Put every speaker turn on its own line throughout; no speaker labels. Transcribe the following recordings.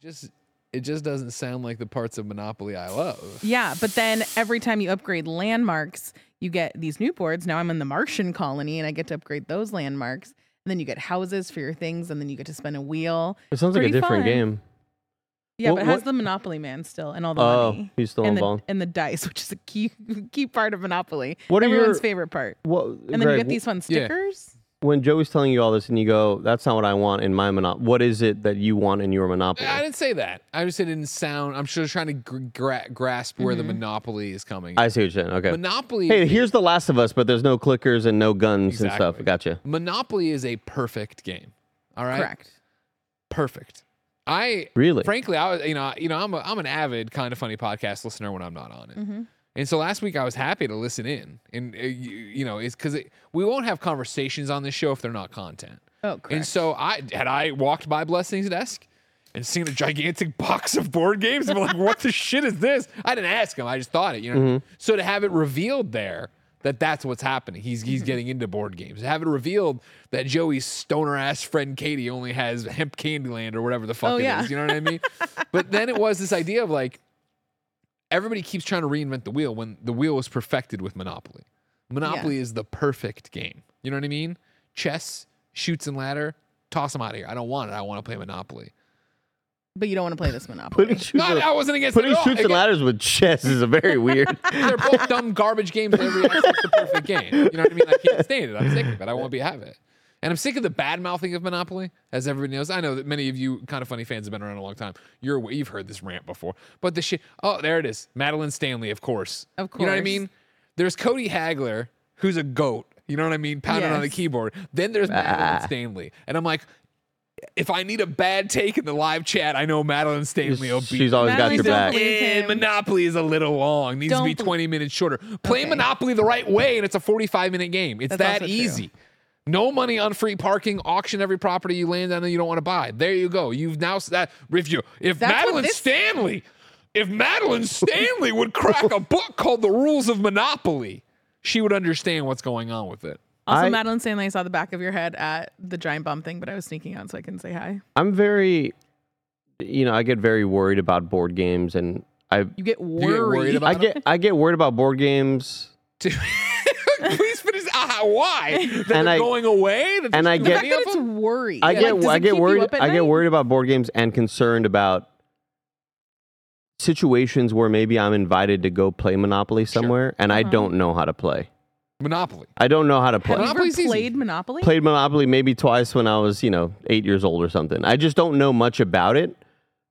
Just it just doesn't sound like the parts of Monopoly I love.
Yeah, but then every time you upgrade landmarks, you get these new boards. Now I'm in the Martian colony and I get to upgrade those landmarks. And then you get houses for your things, and then you get to spin a wheel.
It sounds like a
Pretty
different
fun.
game.
Yeah,
What-
but it has
what-
the Monopoly Man still and all the
Oh,
money.
he's still
and
involved.
The, and the dice, which is a key key part of Monopoly.
What are
Everyone's
your-
favorite part.
Well,
And then you get these fun
yeah.
stickers.
when Joey's telling you all this, and you go, "That's not what I want in my monopoly." What is it that you want in your monopoly?
I didn't say that. I just said it didn't sound. I'm sure trying to gr- gra- grasp where the Monopoly is coming.
Mm-hmm. I see what you're saying. Okay.
Monopoly.
hey, here's The Last of Us, but there's no clickers and no guns and
Exactly.
stuff. Gotcha.
Monopoly is a perfect game. All right.
Correct.
Perfect. I
Really?
Frankly, I was you know you know I'm a, I'm an avid kind of funny podcast listener when I'm not on it,
Mm-hmm.
and so last week I was happy to listen in, and uh, you, you know it's because it, we won't have conversations on this show if they're not content.
Oh, correct.
And so I had I walked by Blessing's desk and seen a gigantic box of board games and been like, what the shit is this? I didn't ask him. I just thought it, you know. So to have it revealed there that that's what's happening. He's he's
Mm-hmm.
getting into board games. To have it revealed that Joey's stoner ass friend Katie only has hemp Candyland or whatever the fuck
Oh,
it is.
yeah.
You know what I mean? but then it was this idea of like everybody keeps trying to reinvent the wheel when the wheel was perfected with Monopoly. Monopoly is the perfect game. You know what I mean? Chess, shoots and ladder, toss them out of here. I don't want it. I want to play Monopoly.
but you don't want to play this Monopoly.
Putting shoots,
No, I wasn't against it
putting
at all.
shoots and
Again,
ladders with chess is a very weird.
They're both dumb garbage games. Every aspect the perfect game. You know what I mean? I can't stand it. I'm sick of it. I won't be have it. And I'm sick of the bad mouthing of Monopoly, as everybody knows. I know that many of you kind of funny fans have been around a long time. You're aware- you've heard this rant before, but the shit. Oh, there it is. Madeline Stanley, of course.
Of
You know what I
course.
mean? There's Cody Hagler, who's a goat. You know what I mean? Pounding on the
Yes.
keyboard. Then there's Madeline Stanley, and I'm like, if I need a bad take in the live chat, I know Madeline Stanley will be.
She's always got
Madeline
your
Stanley.
back.
Believe
Eh,
him.
Monopoly is a little long. Needs
Don't
to be
bel-
20 minutes shorter. Play
Okay.
Monopoly the right way, and it's a 45 minute game. It's
That's
that
also true.
easy. No money on free parking. Auction every property you land on that you don't want to buy. There you go. You've now s- that if you if
That's what
Madeline
this-
Stanley, if Madeline Stanley would crack a book called The Rules of Monopoly, she would understand what's going on with it.
Also,
I-
Madeline Stanley, I saw the back of your head at the giant bomb thing, but I was sneaking out so I couldn't say hi.
I'm very, you know, I get very worried about board games, and I,
You get
get
worried.
worried about-
I get, I get worried about board games,
Please finish. Uh, why? That
And
they're
I-
going away. That there's
and I
too
the
get-
fact
many of
that it's
them?
worried.
I
Like,
get
does it
I
keep
get
you
worried
up at
I
night?
get worried about board games and concerned about situations where maybe I'm invited to go play Monopoly somewhere and I don't know how to play.
Monopoly.
I don't know how to
Uh-huh. Have
play.
you ever
Monopoly's easy.
played Monopoly?
Played Monopoly maybe twice when I was, you know, 8 years old or something. I just don't know much about it.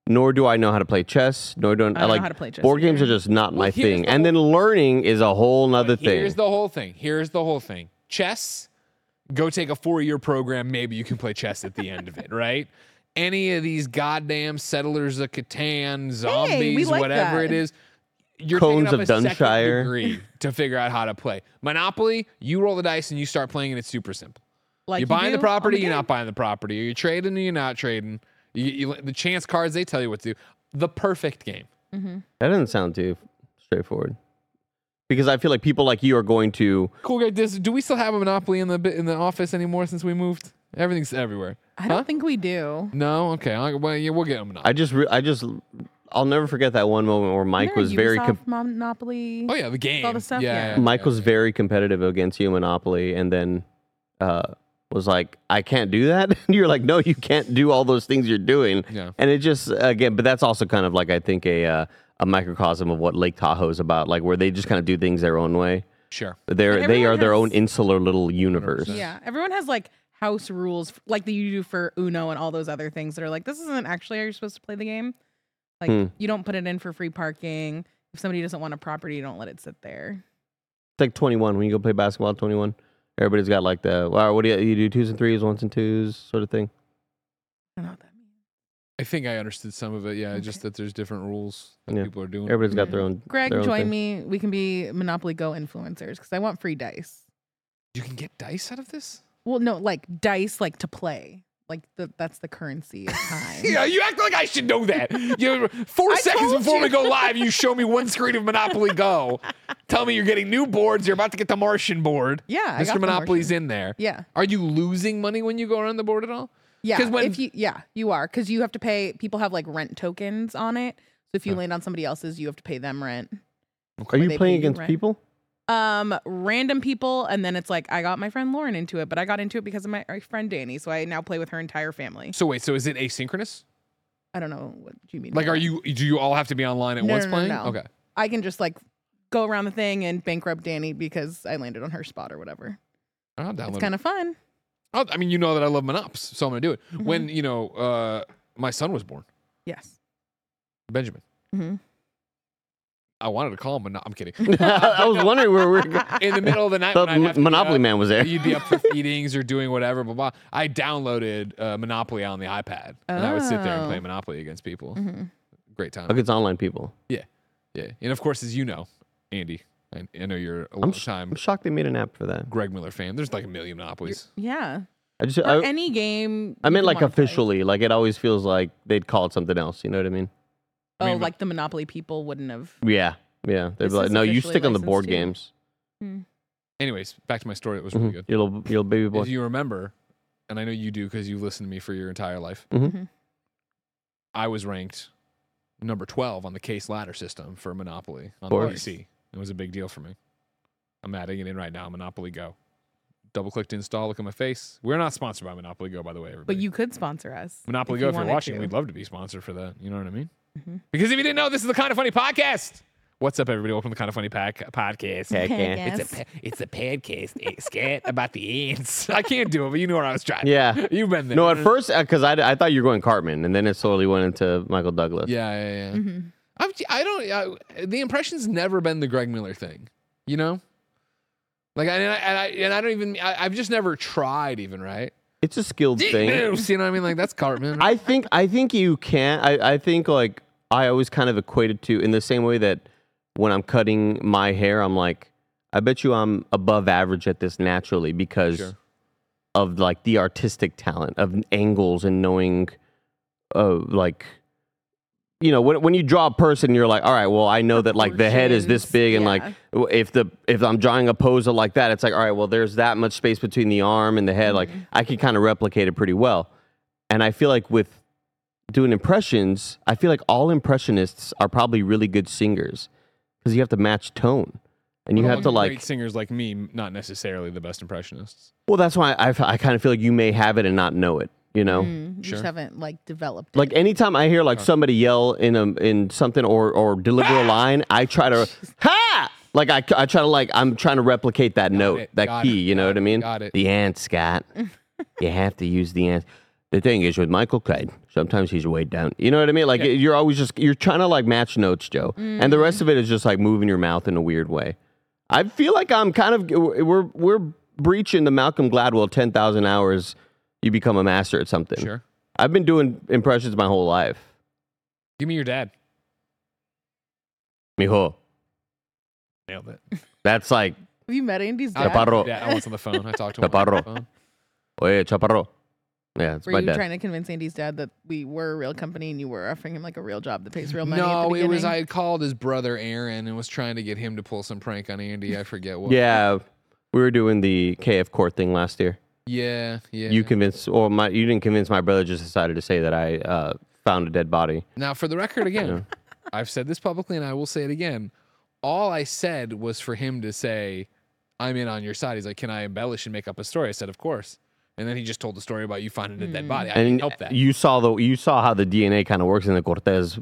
Nor do I know how to play chess. Nor don't
I
I,
don't know
like
how to play chess
board games are
either.
just not my
here's
thing.
the
And then learning is a whole nother thing.
Here's the whole thing. Here's the whole thing. Chess, go take a four year program. Maybe you can play chess at the end of it, right? Any of these goddamn settlers of Catan, zombies,
like
whatever
that.
it is, you're
Cones
taking up
of
a second
Dunshire.
degree to figure out how to play. Monopoly, you roll the dice and you start playing, and it's super simple.
Like
you're buying
do
the
on
property, you're
game?
not buying the property. You're trading, or you're not trading. You, you, the chance cards, they tell you what to do. The perfect game.
that doesn't sound too straightforward. Because I feel like people like you are going to
Cool guy. Does, do we still have a monopoly in the bi- in the office anymore since we moved? Everything's everywhere.
I don't think we do.
No, okay. I'll, well, yeah, we'll get him.
I just, re- I just, I'll never forget that one moment where Mike
Remember
was very, com-
Ubisoft Monopoly.
oh yeah, the game.
all the stuff, yeah.
Yeah,
Mike was very competitive against you in Monopoly, and then uh, was like, "I can't do that." And you're like, "No, you can't do all those things you're doing."
Yeah.
And it just again, but that's also kind of like I think a uh, a microcosm of what Lake Tahoe is about, like where they just kind of do things their own way.
sure.
They're they
everyone
are their
has-
own insular little universe.
Yeah, everyone has like house rules f- like that you do for Uno and all those other things that are like this isn't actually how you're supposed to play the game. Like
Hmm.
you don't put it in for free parking. If somebody doesn't want a property, you don't let it sit there.
It's like 21 when you go play basketball. 21. Everybody's got like the wow. What do you, you do? Twos and threes, ones and twos, sort of thing.
I don't know what that means.
I think I understood some of it. Yeah, just that there's different rules that
Yeah.
people are doing.
Everybody's got their own.
Greg,
their own
join
thing.
me. We can be Monopoly Go influencers because I want free dice.
You can get dice out of this.
Well, no, like dice, like to play. Like the, that's the currency of time.
Yeah, you act like I should know that. You, four
I
seconds
told
before we
you.
go live, you show me one screen of Monopoly Go. Tell me you're getting new boards. You're about to get the Martian board.
Yeah, I got
Mr.
the
Monopoly's in there.
Yeah.
Are you losing money when you go around the board at all?
Yeah,
'Cause when-
if you yeah you are because you have to pay. People have like rent tokens on it, so if you land on somebody else's, you have to pay them rent.
Are
Where
you
they
playing
pay you
against
rent.
people?
Um, random people, and then it's like I got my friend Lauren into it, but I got into it because of my my friend Danny, so I now play with her entire family.
So wait, so is it asynchronous?
I don't know what you mean. by
Like, are
that.
you do you all have to be online at
No,
once
no, no,
playing?
no.
Okay.
I can just like go around the thing and bankrupt Danny because I landed on her spot or whatever.
I'll download.
It's
it.
kind of fun.
I'll- I mean, you know that I love Monops, so I'm gonna do it.
Mm-hmm.
When you know uh, my son was born,
Yes.
Benjamin.
Mhm.
I wanted to call him, but no, I'm kidding.
I was wondering where we we're. Going.
In the middle of the night, when I'd have
Thought
to be
Monopoly
up-
Man was there.
you'd be up for feedings or doing whatever, blah blah. I downloaded uh, Monopoly on the iPad, and I would sit there and play
Oh.
Monopoly against people.
Mhm.
Great time.
Look, it's online people.
Yeah, and of course, as you know, Andy, I, I know you're a long
I'm, sh-
time
I'm shocked they made an app for that.
Greg Miller fan. There's like a million Monopolies.
Yeah.
I just
Or
I,
any game.
I
you
meant
can
like
wanna play.
officially. Like it always feels like they'd call it something else. You know what I mean?
I
Oh,
mean, but-
like the Monopoly people wouldn't have.
Yeah, yeah. They'd
This
be like,
is
no, you
officially
stick on the board
licensed too."
games.
Anyways, back to my story. It was
Mhm.
really good.
Your little your little baby boy.
If you remember, and I know you do because you've listened to me for your entire life,
Mhm.
Mhm.
I was ranked number 12 on the case ladder system for Monopoly on the
course.
PC. It was a big deal for me. I'm adding it in right now. Monopoly Go. Double click to install. Look at my face. We're not sponsored by Monopoly Go, by the way, everybody.
But you could sponsor us.
Monopoly
if
Go,
you
if you're
wanted
watching,
to.
we'd love to be sponsored for that. You know what I mean?
Mhm.
Because if you didn't know, this is the Kind of Funny podcast. What's up, everybody? Welcome to the Kind of Funny Pac- podcast.
Heck
Okay,
yeah.
guess.
It's a pa- it's a podcast eh, scat about the ants. I can't do it, but you knew where I was trying.
Yeah.
you've been there.
No, at first, because I, I thought you were going Cartman, and then it slowly went into Michael Douglas.
yeah, yeah, yeah. I'm, I don't. I, the impression's never been the Greg Miller thing, you know. Like, and I, and I, and I don't even. I, I've just never tried, even right.
It's a skilled thing.
Moose, you know what I mean? Like that's Cartman.
I think I think you can. I, I think like I always kind of equate it to in the same way that when I'm cutting my hair, I'm like, I bet you I'm above average at this naturally because
Sure.
of like the artistic talent of angles and knowing, uh, like. You know, when, when you draw a person, you're like, all right, well, I know that like the head is this
Proportions,
big, and like
yeah.
w- if the if I'm drawing a pose like that, it's like, all right, well, there's that much space between the arm and the head.
Mm-hmm.
Like I can kind of replicate it pretty well. And I feel like with doing impressions, I feel like all impressionists are probably really good singers because you have to match tone and you have to
great
like.
singers like me, not necessarily the best impressionists.
Well, that's why I I kind of feel like you may have it and not know it. You know,
Mm, you
Sure.
just haven't like eh, developed.
like
it.
anytime I hear like somebody yell in a in something or or deliver a line, I try to ha. Like I, I try to like I'm trying to replicate that note,
it,
that
got
key.
it,
you know
got
what I
it,
mean?
got it.
The ant, Scott. you have to use the ant. The thing is with Michael Clyde, sometimes he's way down. You know what I mean? Like you're always just you're trying to like match notes, Joe, and the rest of it is just like moving your mouth in a weird way. I feel like I'm kind of we're we're breaching the Malcolm Gladwell ten thousand hours. You become a master at something.
Sure.
I've been doing impressions my whole life.
Give me your dad.
Mijo,
Nailed it.
that's like
have you met Andy's
I-
dad?
Chaparro.
Yeah, I was on the phone. I talked to him. On the
Chaparro.
phone.
Oye, chaparro. Yeah, it's
Were
my
you
dad.
trying to convince Andy's dad that we were a real company and you were offering him like a real job that pays real money? at
No,
the
it was I
beginning?
had called his brother Aaron and was trying to get him to pull some prank on Andy. I forget what.
yeah, we were doing the KF court thing last year.
yeah, yeah.
You convinced, or my, you didn't convince. My brother just decided to say that I uh, found a dead body.
Now, for the record, again, I've said this publicly, and I will say it again. All I said was for him to say, "I'm in on your side." He's like, "Can I embellish and make up a story?" I said, "Of course." And then he just told the story about you finding a
Hmm.
dead body. I
and
didn't help that.
you saw the you saw how the DNA kind of works in the Cortez,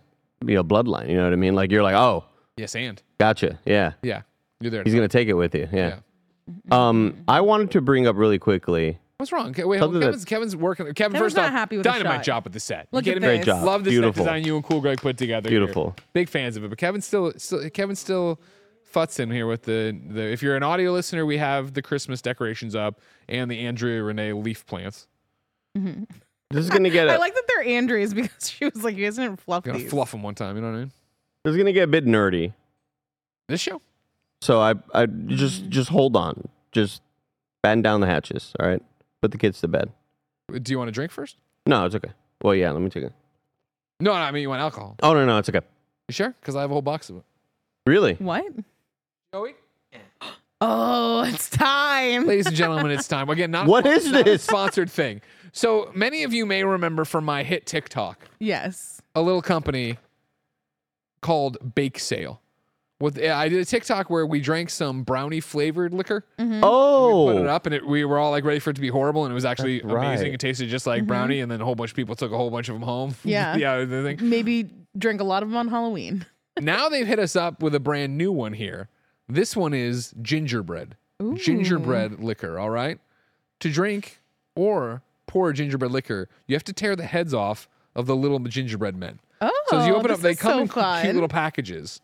you know, bloodline. You know what I mean? Like you're like, oh,
yes, and
gotcha. Yeah,
yeah, you're there.
he's gonna take it with you. Yeah. Um, I wanted to bring up really quickly.
What's wrong? Ke- Wait, hold on.
Something that-
Kevin's, Kevin's working. Kevin,
Kevin's
first
not
off,
happy with his
dynamite
shot.
job with the set. You
Look
get
at
him?
Great this.
job.
Love the
Beautiful.
set design you and Cool Greg put together. here.
Beautiful.
Big fans of it, but Kevin's still, still Kevin's still Futson here with the, the. If you're an audio listener, we have the Christmas decorations up and the Andrea Renee leaf plants.
This is gonna get
I
a,
like that they're Andrews because she was like, you guys didn't fluff
I'm gonna
these.
fluff them one time. You know what I mean?
this is gonna get a bit nerdy.
This show.
So I I
Mm.
just just hold on, just batten down the hatches. All right, put the kids to bed.
Do you want to drink first?
No, it's okay. Well, yeah, let me take it.
No, no. I mean, you want alcohol?
Oh no, no, it's okay.
You sure? Because I have a whole box of it.
Really?
What?
Joey.
Oh, it's time.
Ladies and gentlemen, it's time. Again, not
What
what is
is this?
sponsored thing. So many of you may remember from my hit TikTok.
Yes.
a little company called Bake Sale. With I did a TikTok where we drank some brownie flavored liquor, Mm-hmm. put it
Oh,
up, and it, we were all like ready for it to be horrible, and it was actually
That's right.
amazing. It tasted just like brownie, and then a whole bunch of people took a whole bunch of them home.
Yeah.
yeah, the thing.
Maybe drink a lot of them on Halloween.
now they've hit us up with a brand new one here. This one is gingerbread,
Ooh.
gingerbread liquor. All right, to drink or pour gingerbread liquor, you have to tear the heads off of the little gingerbread men.
Oh,
So as you open
this
up, they
is
come
so
in cu-
fun.
cute little packages,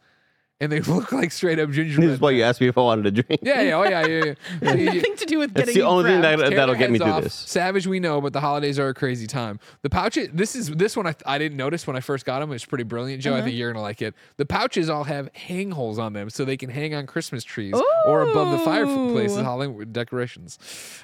and they look like straight up
this is
gingerbread.
why you asked me if I wanted to drink.
yeah, yeah, oh yeah, yeah. yeah. You- you-
Nothing to do with
That's
getting
the only thing
prepped.
that,
tear
that'll
their
get me
heads
through
off.
this.
Savage, we know, but the holidays are a crazy time. The pouches. This is this one. I, I didn't notice when I first got them. It's pretty brilliant, Joe. I think you're gonna like it. The pouches all have hang holes on them, so they can hang on Christmas trees or above the fireplace as
Ooh.
Halloween decorations.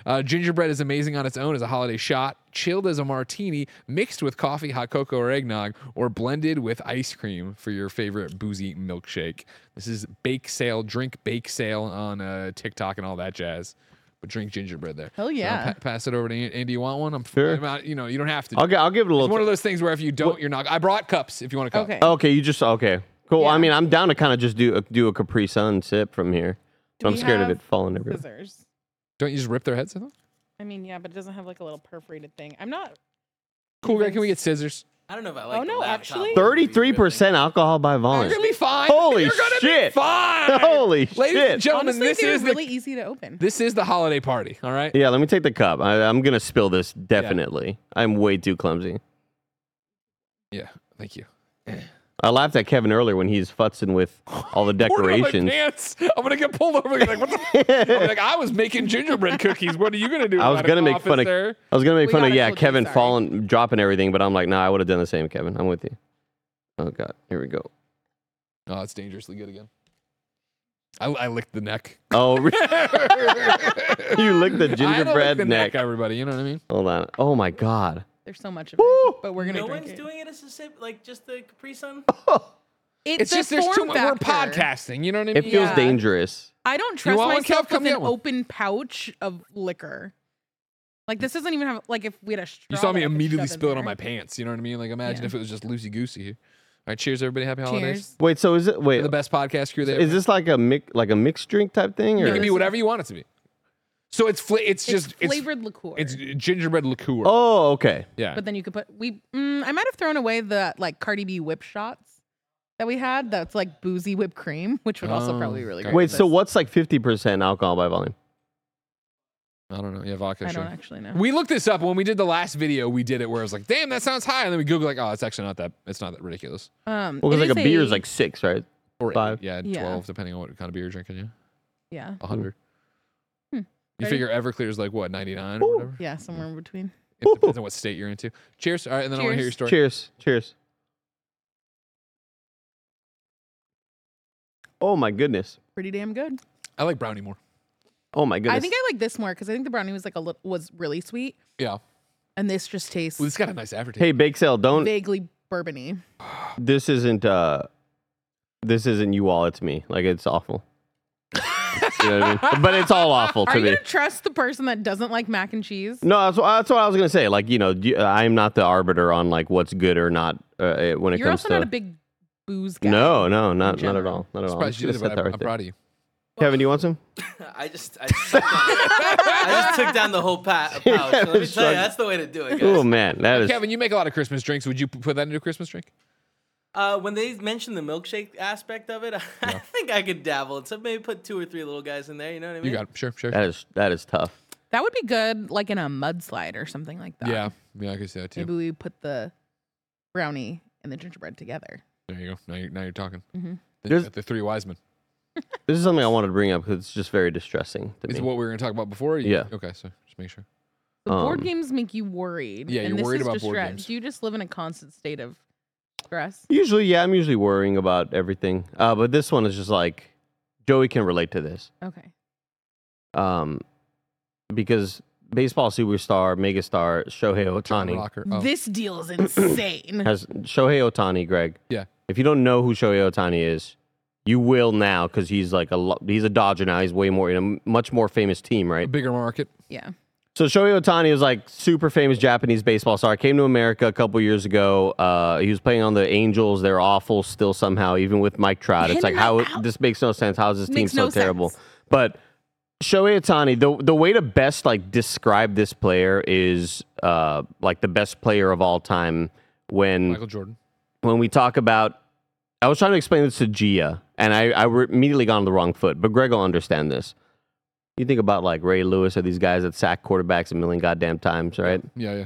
Uh, gingerbread is amazing on its own as a holiday shot, chilled as a martini, mixed with coffee, hot cocoa, or eggnog, or blended with ice cream for your favorite boozy milkshake. This is bake sale, drink bake sale on uh, TikTok and all that jazz. But drink gingerbread there.
Hell
So I'll
yeah.
pa- pass it over to Andy. You want one? I'm,
Sure.
I'm out, you know, you don't have to.
I'll, gi- I'll give it a
It's one
little.
of those things where if you don't, you're not. I Oh. brought cups if you want a cup.
Okay.
okay, you just okay. Cool. I
Yeah.
mean, I'm down to kind of just do a, do a Capri Sun sip from here,
Do
but I'm
we
scared of
have
it falling everywhere.
Scissors.
Don't you just rip their heads off?
I mean, yeah, but it doesn't have like a little perforated thing. I'm not.
Cool guy, can we get scissors?
I don't know if I like.
Oh,
the
no,
laptop
actually?
one.
Thirty-three percent alcohol by
You're
volume.
gonna be fine.
Holy
You're gonna
shit.
Be fine.
Holy
Ladies and
shit.
gentlemen,
Honestly,
this
they're
is
really
the
easy to open.
this is the holiday party. All right.
Yeah, let me take the cup. I, I'm gonna spill this definitely. I'm way too clumsy.
Yeah. Thank you.
I laughed at Kevin earlier when he's futzing with all
Poured it
the
on
decorations.
My pants. I'm gonna get pulled over. Like, what the? I'll be like I was making gingerbread cookies. What are you gonna do?
I was
about it,
gonna make fun of.
officer?
I was gonna make
We
fun of
gotta
yeah,
hold you,
Kevin
sorry.
falling, dropping everything, but I'm like, nah, I would have done the same, Kevin. I'm with you. Oh god, here we go.
Oh, it's dangerously good again. I, I licked the neck.
Oh, re- you
I had
licked the
to lick
gingerbread
the
neck.
Everybody, you know what I mean?
Hold on. Oh my god.
There's so much of it,
Woo!
but we're gonna
No
drink
one's
it.
doing it as a sip, like just the Capri Sun.
It's,
It's
a
just there's too
form
much. We're
factor.
podcasting. You know what I mean?
It feels
Yeah.
dangerous.
I don't trust
want one, Kev?
myself
Come
with
get
an
one.
open pouch of liquor. Like this doesn't even have like if we had a. Straw
You saw me
that I could
immediately
shove in
spill it on
there.
my pants. You know what I mean? Like imagine
Yeah.
if it was just loosey goosey here. All right, cheers everybody. Happy holidays.
Cheers.
Wait, so is it
You're
wait
The best podcast crew there.
is this like a mix like a mixed drink type thing
It
or
can be whatever you want it to be. So it's fla- it's
It's
just
flavored liqueur.
It's, it's gingerbread liqueur.
Oh, okay.
yeah.
but then you could put we. Mm, I might have thrown away the like Cardi B whip shots that we had. That's like boozy whipped cream, which would also
Oh,
probably be really
okay.
great.
Wait,
for
so
this.
what's like 50% alcohol by volume?
I don't know. Yeah, vodka.
I
sure.
don't actually know.
We looked this up when we did the last video. We did it where I was like, "Damn, that sounds high," and then we Google like, "Oh, it's actually not that. It's not that ridiculous."
Um,
Well,
it
cuz like a
is
beer is like 6, right?
Or eight,
Five.
yeah,
Yeah.
twelve, depending on what kind of beer you're drinking. Yeah,
yeah,
a hundred.
Hmm.
You
Thirty.
figure Everclear is like what ninety nine or whatever.
yeah, somewhere in between.
It depends on what state you're into. Cheers. All right, and then I want to hear your
Cheers.
story.
Cheers. Cheers. Oh my goodness.
Pretty damn good.
I like brownie more.
Oh my goodness.
I think I like this more because I think the brownie was like a little was really sweet,
Yeah,
and this just tastes
well, it's got a nice aftertaste.
hey, bake sale, don't
vaguely bourbony.
this isn't uh this isn't you all it's me like it's awful you know what I mean? but it's all awful
Are
to
you
me
gonna trust the person that doesn't like mac and cheese?
no that's, wh- that's what i was gonna say like you know you- i'm not the arbiter on like what's good or not uh, uh, when it
You're
comes
also
to
not a big booze guy.
no no not not at
general.
all not at all I'm
Surprised
just
you
gonna
did it, but
set that
I'm,
right
I'm
there.
proud of you.
kevin do you want some
I just, I just, took down, I just took down the whole pa- pouch. Let me tell you, that's the way to do it,
oh
guys.
man that is
Kevin, you make a lot of Christmas drinks. Would you p- put that into a Christmas drink?
Uh, when they mentioned the milkshake aspect of it, I think I could dabble. So maybe put two or three little guys in there. You know what I mean?
You got it. Sure, sure.
that is that is tough
That would be good, like in a mudslide or something like that.
yeah, yeah, I could see that too.
Maybe we put the brownie and the gingerbread together.
There you go. Now you're, now you're talking.
Mhm.
The,
There's-
the three wise men.
This is something I wanted to bring up because it's just very distressing to
Is
me.
what we were going to talk about before? You-
Yeah.
Okay, so just make sure.
The board
Um,
games make you worried.
Yeah,
and
you're
this
worried
is
about board
distress.
games.
Do you just live in a constant state of stress?
Usually, yeah, I'm usually worrying about everything. Uh, but this one is just like Joey can relate to this.
Okay.
Um, because baseball superstar, megastar Shohei Otani
Rocker. Oh.
This deal is insane.
has Shohei Otani, Greg.
Yeah.
If you don't know who Shohei Otani is, you will now because he's like a lo- he's a Dodger now. He's way more in a much more famous team,
A
right?
bigger market.
yeah.
So Shohei Otani is like super famous Japanese baseball star. Came to America a couple years ago. Uh, he was playing on the Angels. They're awful still somehow, even with Mike Trout.
Him
It's like
and
how
Mike Trout?
this makes no sense. How is this team
Makes
so
no
terrible?
sense.
But Shohei Otani, the the way to best like describe this player is uh, like the best player of all time. When
Michael Jordan.
when we talk about I was trying to explain this to Gia, and I, I were immediately got on the wrong foot, but Greg will understand this. You think about like Ray Lewis or these guys that sack quarterbacks a million goddamn times, right?
Yeah, yeah.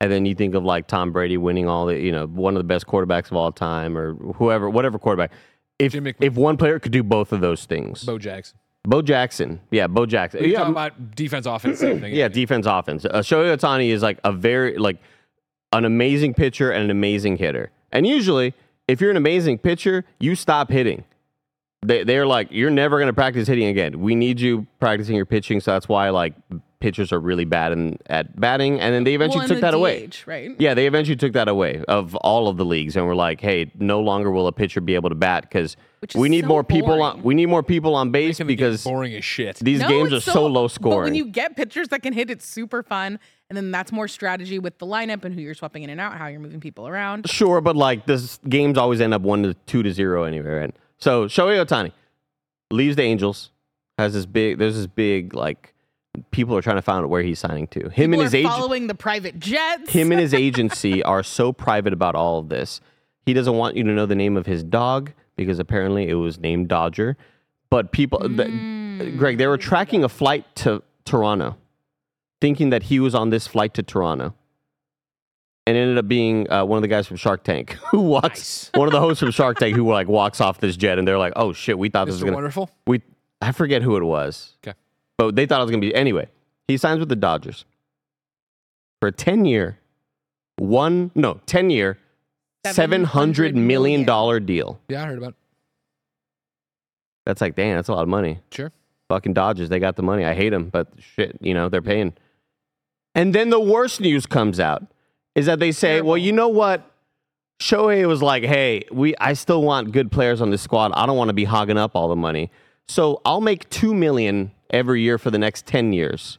And then you think of like Tom Brady winning all the, you know, one of the best quarterbacks of all time or whoever, whatever quarterback. If,
Jim McMahon.
if one player could do both of those things, Bo,
Bo Jackson.
Jackson. Yeah, Bo Jackson.
You're
Yeah,
talking about defense, offense, same thing.
yeah, defense, offense. Uh, Shohei Otani is like a very like an amazing pitcher and an amazing hitter. And usually, if you're an amazing pitcher, you stop hitting. They they're like you're never going to practice hitting again. We need you practicing your pitching, so that's why like pitchers are really bad in, at batting. And then they eventually
and
took
the
that away.
DH, Right.
Yeah, they eventually took that away of all of the leagues, and were like, hey, no longer will a pitcher be able to bat because
Which is
we need
so
more people on
boring.
we need more people on base
Making the game
because
boring as shit.
these
No,
games are
it's
so, low scoring.
But when you get pitchers that can hit, it's super fun. And then that's more strategy with the lineup and who you're swapping in and out, how you're moving people around.
Sure, but like this games always end up one to two to zero anyway, right? So Shohei Otani leaves the Angels, has this big there's this big like people are trying to find out where he's signing to. Him
People
and his
are
agent
following the private jets.
him and his agency are so private about all of this. He doesn't want you to know the name of his dog because apparently it was named Dodger. But people, th- Greg, they were tracking a flight to Toronto, thinking that he was on this flight to Toronto. And it ended up being uh, one of the guys from Shark Tank who walks, one of the hosts from Shark Tank who like walks off this jet, and they're like, "Oh shit, we thought this was
Mr.
gonna."
Wonderful.
We I forget who it was.
Okay.
But they thought it was gonna be anyway. He signs with the Dodgers for a ten year, one no ten year, seven hundred
$700
million
million
dollar deal.
Yeah, I heard about it.
That's like damn, that's a lot of money.
Sure.
Fucking Dodgers, they got the money. I hate them, but shit, you know they're paying. And then the worst news comes out is that they say, well, you know what? Shohei was like, hey, we I still want good players on this squad. I don't want to be hogging up all the money. So I'll make two million every year for the next 10 years.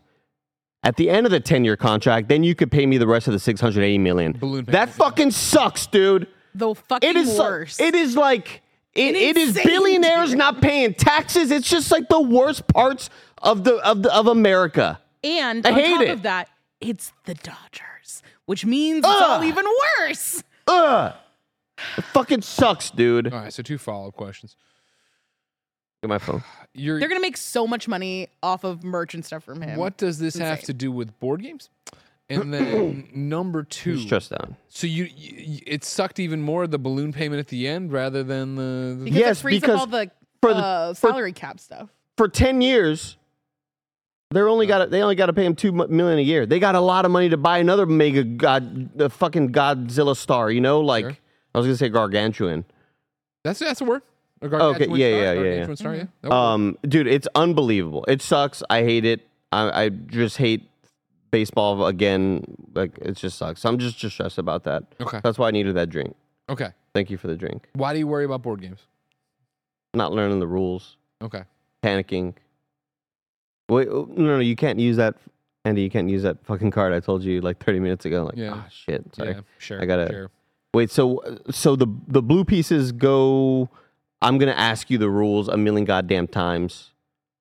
At the end of the 10-year contract, then you could pay me the rest of the 680 million.
Balloon
that
payments.
fucking sucks, dude.
the fucking
It is
worst.
it is like it,
An
it is
insane
billionaires
tier.
not paying taxes. It's just like the worst parts of the of the of America.
and
I
on
hate
top
it.
of that, it's the Dodgers, which means it's
Ugh.
all even worse.
Ugh. It fucking sucks, dude.
All right, so two follow up questions.
Get my phone.
You're,
They're gonna make so much money off of merch and stuff from him.
what does this have
Insane.
to do with board games? And then number two,
Stress down.
so you, you it sucked even more the balloon payment at the end rather than the, the
Because
Yes,
it frees
because
up all the,
for the-
uh,
for-
salary cap stuff.
For ten years, they're only got they only got to pay him two mu- million a year. They got a lot of money to buy another mega god, the fucking Godzilla star. You know, like
Sure.
I was gonna say gargantuan.
that's that's a word. A
Okay,
gargantuan
yeah,
star,
yeah, yeah, yeah.
gargantuan star, yeah.
Mm-hmm.
That works.
Um, dude, it's unbelievable. It sucks. I hate it. I, I just hate baseball again. Like it just sucks. I'm just just stressed about that.
Okay.
That's why I needed that drink.
okay.
Thank you for the drink.
Why do you worry about board games?
Not learning the rules,
Okay.
panicking. Wait, oh, no, no, you can't use that, Andy. You can't use that fucking card I told you like 30 minutes ago. Like,
Yeah.
ah, shit. Sorry.
Yeah, sure.
I gotta-
sure.
Wait, so so the the blue pieces go. I'm gonna ask you the rules a million goddamn times.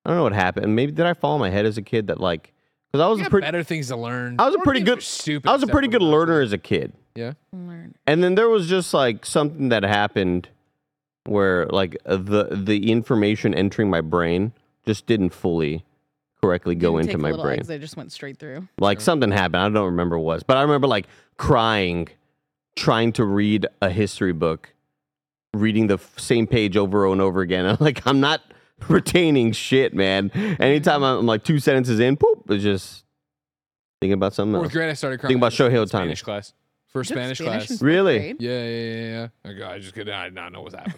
I don't know what happened. Maybe did I fall on my head as a kid that like because I was
You
a
got
pretty
better things to learn.
I was a
Board
pretty
games are
good-
stupid.
I was a
stuff
pretty
for
good
most of
learner
it.
as a kid,
Yeah.
Learn.
and then there was just like something that happened where like uh, the the information entering my brain just didn't fully correctly go
Didn't
into
take a
my
little
brain.
exit, just went straight through.
Like something happened. I don't remember what it was, but I remember like crying, trying to read a history book, reading the f- same page over and over again. I'm like, I'm not retaining shit, man. Anytime I'm, I'm like two sentences in, poop, it's just thinking about something
Fourth
else.
grade, I started crying.
Think about Shohei
Spanish
Otani.
class. First Spanish,
Spanish
class.
in
Really?
grade?
Yeah, yeah, yeah, yeah. yeah. Like, I just could I did not know what's happening.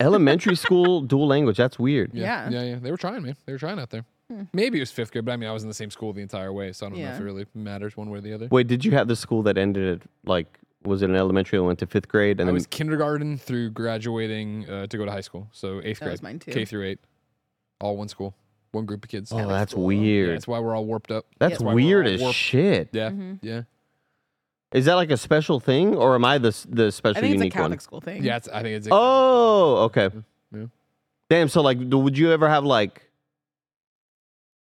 Elementary school dual language. That's weird.
Yeah. Hmm.
yeah, yeah. They were trying, man. They were trying out there. Maybe it was fifth grade, but I mean, I was in the same school the entire way, so I don't know if
Yeah.
it really matters one way or the other.
Wait, did you have the school that ended at like was it an elementary that went to fifth grade and
I
then Oh,
was kindergarten through graduating uh, to go to high school, so eighth
That
grade,
was mine too.
K through eight, all one school, one group of kids.
Oh,
Yeah,
that's
yeah,
weird.
that's why we're all warped up.
that's
why we're
weird
all
as
warped.
shit.
Yeah,
Mm-hmm.
yeah,
Is that like a special thing or am I the s- the
I
special
think it's a
unique
Catholic
one?
school thing.
yeah. It's, I think it's.
Oh, okay.
Yeah.
Damn. So like, do- would you ever have like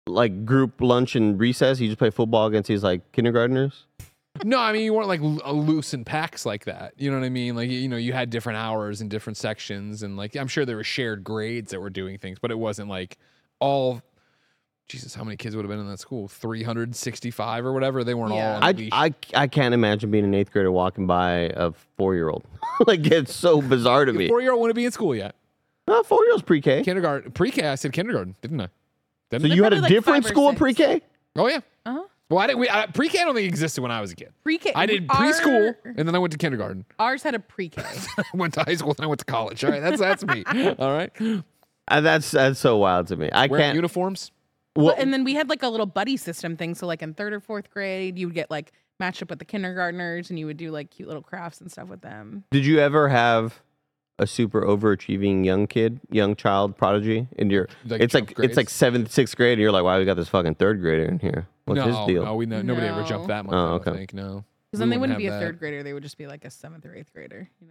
like group lunch and recess? You just play football against these like kindergartners.
No, I mean you weren't like l- uh, loose in packs like that. You know what I mean? Like you you know you had different hours and different sections, and like I'm sure there were shared grades that were doing things, but it wasn't like all. Jesus, how many kids would have been in that school? Three hundred sixty-five or whatever. They weren't all.
Yeah.
on a
I,
leash.
I I can't imagine being an eighth grader walking by a four year old. like it's so bizarre to me.
Four-year-old wouldn't be in school yet.
No, four year olds pre K.
Kindergarten, pre-K. I said kindergarten, didn't I?
So
Didn't I?
you had
probably
a
like
different
five or
school
six.
at pre K.
Oh yeah.
Uh-huh.
Well, I didn't. We, I, pre-K I don't think existed when I was a kid.
Pre-K.
I did
our-
preschool and then I went to kindergarten.
Ours had a pre-K.
I went to high school and I went to college. All right, that's that's me. All right,
Uh, that's that's so wild to me. I
wearing
can't.
uniforms.
well,
and then we had like a little buddy system thing. So like in third or fourth grade, you would get like matched up with the kindergartners, and you would do like cute little crafts and stuff with them.
Did you ever have a super overachieving young kid, young child prodigy in your?
Like
it's
jump
like it's like
grades?
seventh, sixth grade, and you're like, wow, we got this fucking third grader in here. What's
no,
his deal?
no, we no, nobody ever jumped
No.
that much.
Oh,
I don't
okay.
think no.
Because then
We
they wouldn't
have
be a
that.
third grader; they would just be like a seventh or eighth grader. You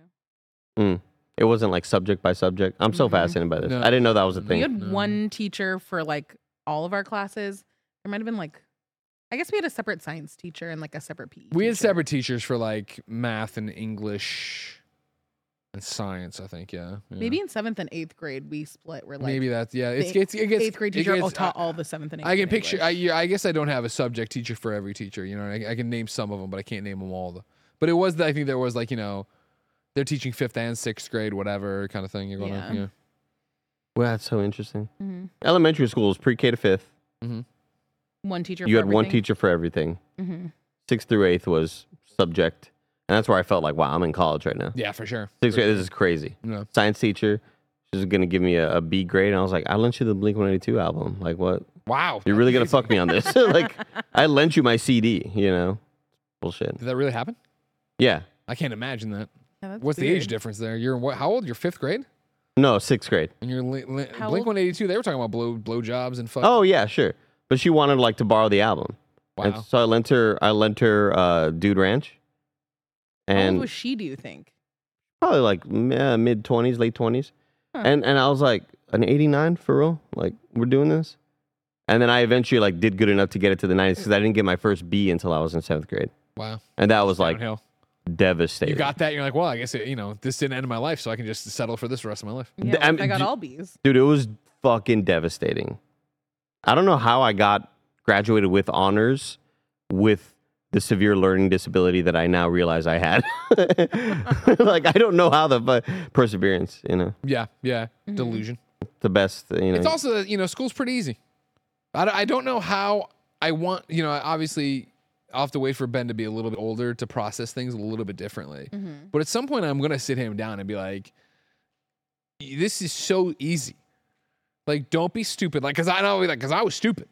know,
It wasn't like subject by subject. I'm so fascinated by this.
Mm-hmm. No.
I didn't know that was a
We
we
thing.
had one teacher for like all of our classes. There might have been like, I guess we had a separate science teacher and like a separate PE.
We had
teacher.
separate teachers for like math and English and science. I think yeah. yeah.
Maybe in seventh and eighth grade we split. We're like
maybe that's yeah. It's,
the
it's it gets
eighth grade
it
teacher all
gets-
taught
I-
all the seventh and eighth.
I can
grade
picture. I,
English.
yeah, I guess I don't have a subject teacher for every teacher. You know, I, I can name some of them, but I can't name them all. The, but it was. that I think there was like you know, they're teaching fifth and sixth grade, whatever kind of thing. You're going on.
Yeah.
Yeah.
Wow, that's so interesting.
Mhm.
Elementary school is pre K to fifth.
one teacher.
You
for
had one
everything.
teacher for everything.
Mhm.
Sixth through eighth was subject, and that's where I felt like, wow, I'm in college right now.
Yeah, for sure.
Sixth
For
grade,
sure.
this is crazy.
No.
Science teacher. She was gonna give me a, a B grade, and I was like, "I lent you the Blink One Eighty Two album. Like, what?
Wow.
You're really gonna fuck me on this. like I lent you my CD, you know, bullshit.
Did that really happen?
Yeah,
I can't imagine that.
Yeah, that's
What's the age
weird.
difference there? You're in what? How old? You're fifth grade,
no, sixth grade.
and you're li- li-
How
Blink
old-
One Eighty Two. They were talking about blow blowjobs and fuck.
Oh yeah, sure. But she wanted like to borrow the album, and
wow.
so I lent her. I lent her uh, Dude Ranch,
How old
and
was she? Do you think?
probably like mid twenties, late twenties.
Huh.
And and I was like an eighty nine for real. Like we're doing this. And then I eventually like did good enough to get it to the nineties because I didn't get my first B until I was in seventh grade,
Wow.
and that was like
Downhill.
devastating.
You got that. You're like, well, I guess it, you know this didn't end my life, so I can just settle for this for the rest of my life.
Yeah,
Th- I'm-
like, I got
d-
all B's.
Dude, it was fucking devastating. I don't know how I got graduated with honors with the severe learning disability that I now realize I had. like I don't know how the but perseverance, you know,
Yeah. Yeah.
Mm-hmm.
Delusion.
the best, you know.
It's also that you know school's pretty easy. I, don't- I don't know how I want you know obviously I'll have to wait for Ben to be a little bit older to process things a little bit differently. But at some point I'm gonna sit him down and be like, "Y- this is so easy. Like don't be stupid. Like because I know like because I was stupid.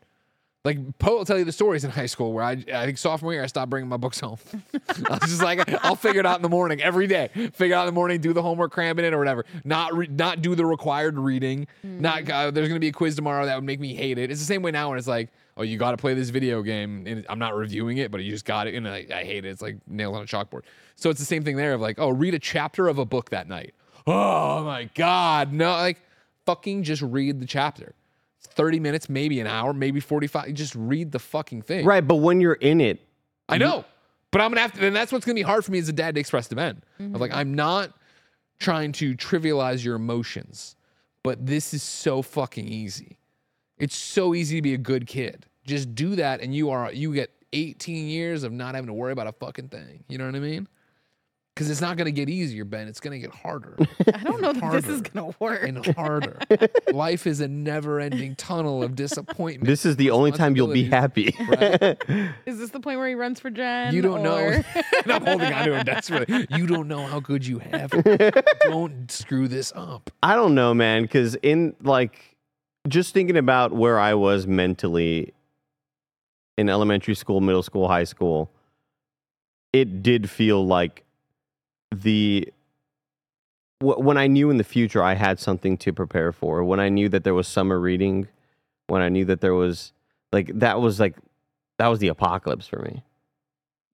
Like Poe will tell you the stories in high school where I I think sophomore year I stopped bringing my books home. I was just like I'll figure it out in the morning every day. Figure it out in the morning, do the homework, cramming it or whatever. Not re- not do the required reading. Not uh, there's gonna be a quiz tomorrow that would make me hate it. It's the same way now when it's like oh you got to play this video game and I'm not reviewing it but you just got it and I, I hate it. It's like nails on a chalkboard. So it's the same thing there of like oh read a chapter of a book that night. Oh my god no like fucking just read the chapter. 30 minutes, maybe an hour, maybe 45. Just read the fucking thing.
right, but when you're in it,
I know. But I'm gonna have to and that's what's gonna be hard for me as a dad to express to Ben. Of like, I'm not trying to trivialize your emotions, but this is so fucking easy. It's so easy to be a good kid. Just do that and you are you get 18 years of not having to worry about a fucking thing. You know what I mean? because it's not going to get easier, Ben. It's going to get harder
I don't know that this is gonna work.
and harder. Life is a never-ending tunnel of disappointment.
This is the only time you'll be happy.
Is this the point where he runs for Jen?
You don't know.
or-
and I'm holding on to him desperately. You don't know how good you have it. don't screw this up.
I don't know, man, because in like just thinking about where I was mentally in elementary school, middle school, high school, it did feel like the wh- when I knew in the future I had something to prepare for, when I knew that there was summer reading, when I knew that there was like that was like that was the apocalypse for me.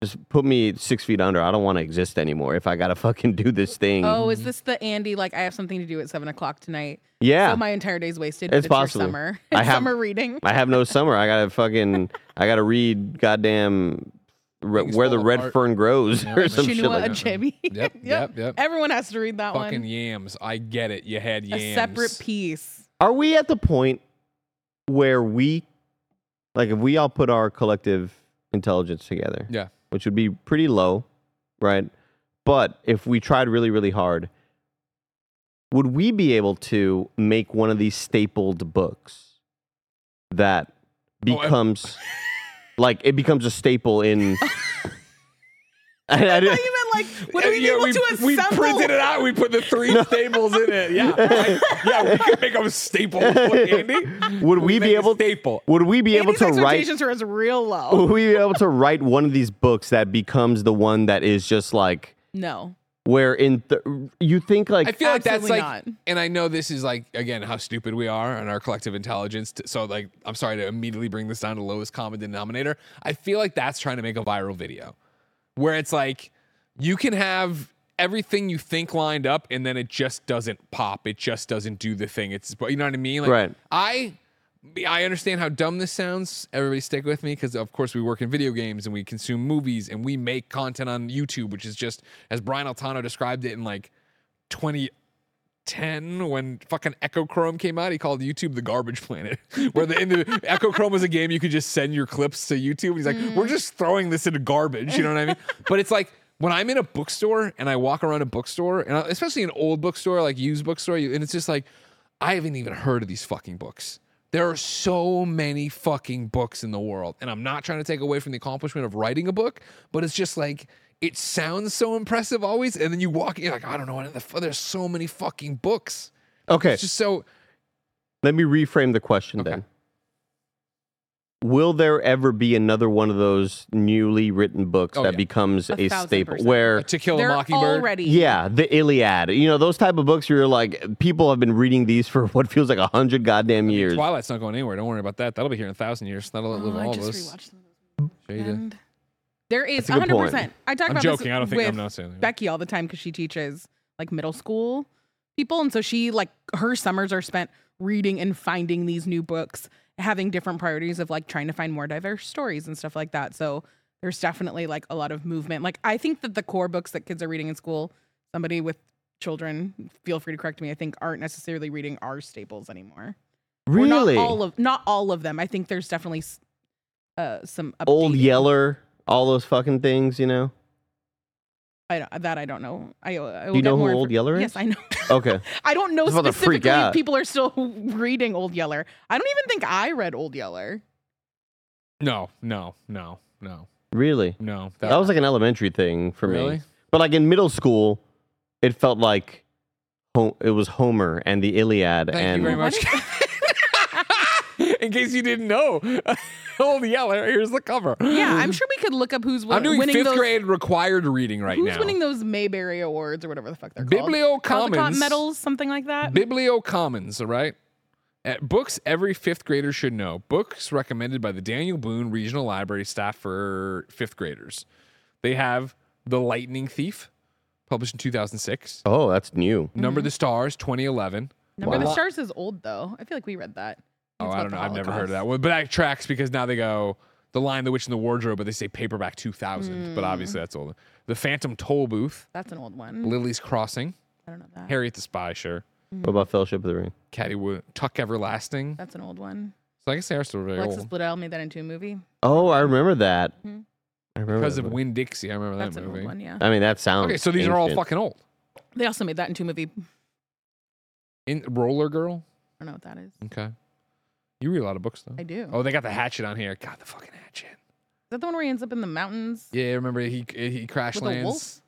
Just put me six feet under. I don't want to exist anymore if I gotta fucking do this thing.
Oh,
Mm-hmm.
is this the Andy? Like, I have something to do at seven o'clock tonight.
yeah.
So my entire day's wasted.
It's
but your
possible.
summer.
I have-
summer reading.
I have no summer. I gotta fucking. I gotta read goddamn re-
Things
where the
fall
red
apart.
fern grows
Yeah,
or
man.
some shit
Chinua
like that.
Achebe.
Yep, yep, yep.
Everyone has to read that
Fucking
one.
yams. I get it. You had
A
yams.
separate piece.
Are we at the point where we, like, if we all put our collective intelligence together,
Yeah.
which would be pretty low, right? But if we tried really, really hard, would we be able to make one of these stapled books that
Oh, I-
becomes like it becomes a staple in? I, I
I
didn't-
thought you meant like, would
Yeah,
we be
yeah,
able
we,
to
we
assemble?
printed it out. We put the three staples in it. Yeah, I- yeah. We could make them staple, Andy.
Would we be
make a
able-
staple?
Would we be able
Andy's
to write?
expectations are as real low.
Would we be able to write one of these books that becomes the one that is just like
no.
where in th- you think like
I feel like that's
Absolutely
like,
not.
and I know this is like again how stupid we are and our collective intelligence. t- so like, I'm sorry to immediately bring this down to lowest common denominator. I feel like that's trying to make a viral video, where it's like you can have everything you think lined up, and then it just doesn't pop. It just doesn't do the thing. It's you know what I mean? Like,
Right.
I. I understand how dumb this sounds. Everybody stick with me because, of course, we work in video games and we consume movies and we make content on YouTube, which is just, as Brian Altano described it in like 2010 when fucking Echochrome came out. He called YouTube the garbage planet, where the, in the Echochrome was a game you could just send your clips to YouTube. And he's like, we're just throwing this into garbage. You know what I mean? But it's like when I'm in a bookstore and I walk around a bookstore, and I- especially an old bookstore, like used bookstore, you- and it's just like, I haven't even heard of these fucking books. There are so many fucking books in the world. And I'm not trying to take away from the accomplishment of writing a book, but it's just like, it sounds so impressive always. And then you walk in, you're like, I don't know. what the f- There's so many fucking books.
okay.
It's just so.
Let me reframe the question
Okay.
then. Will there ever be another one of those newly written books
Oh,
that
yeah.
becomes
A
a,
thousand
staple?
percent.
Where
uh, To kill a
They're
mockingbird.
already.
yeah, the Iliad, you know those type of books where you're like people have been reading these for what feels like a hundred goddamn years.
Twilight's not going anywhere. Don't worry about that. That'll be here in a thousand years. That'll
Oh,
outlive
I
all of
just
us.
rewatched them.
Sure you did.
And there is
That's a good
100%.
point.
I talk
I'm
about this
joking. I don't think
with
I'm not saying that.
Becky all the time because she teaches like middle school people. And so she, like, her summers are spent reading and finding these new books, having different priorities of like trying to find more diverse stories and stuff like that. So there's definitely like a lot of movement. Like, I think that the core books that kids are reading in school, somebody with children, feel free to correct me, I think aren't necessarily reading our staples anymore. Or
Really,
Not all of, not all of them. I think there's definitely s- uh, some
old
updating.
Yeller, all those fucking things, you know.
I don't, that I don't know. I, uh, I will
you
get
know who
more
Old Yeller is?
Yes, I know.
Okay.
I don't know
I was about to freak
specifically if
out.
people are still reading Old Yeller. I don't even think I read Old Yeller.
No, no, no, no,
Really?
no.
That, was like an elementary thing for
Really?
me. But like in middle school, it felt like ho- it was Homer and the Iliad
Thank
and
you very much. In case you didn't know, Old Yeller. Here's the cover.
Yeah, I'm sure we could look up who's win-
I'm doing
winning
fifth
those.
grade required reading right
who's
now.
winning those Mayberry Awards or whatever the fuck they're
Biblio
called? Caldecott
Commons.
medals, something like that.
Biblio Commons, all right? Uh, books every fifth grader should know. Books recommended by the Daniel Boone Regional Library staff for fifth graders. They have The Lightning Thief, published in 2006.
Oh, that's new.
Number of
Mm-hmm.
the Stars, 2011.
Number of the
Wow.
Stars is old though. I feel like we read that.
Oh,
It's
I
about
don't
the
know. I've never heard of that
Holocaust.
one. But that tracks because now they go The Lion, the Witch, and the Wardrobe, but they say paperback 2000.
Mm.
But obviously that's older. The Phantom Toll Booth,
That's an old one.
Lily's Crossing,
I don't know that.
Harriet the Spy, sure.
What about Fellowship of the Ring?
Caddy Wood, Tuck Everlasting.
That's an old one.
So I guess they are still very
Alexis
old.
Bledel made that into a movie.
Oh, I remember that. I remember
because
that
of
book.
Win Dixie. I remember
That's
that
an old
movie.
one, yeah.
I mean, that sounds
Okay, so these are all
ancient.
fucking old.
They also made that into a movie. I
In Roller Girl.
don't know what that is.
Okay. You read a lot of books though.
I do.
Oh, they got the hatchet on here. God, the fucking hatchet.
Is that the one where he ends up in the mountains?
Yeah, remember he he crash
With a
lands.
wolf?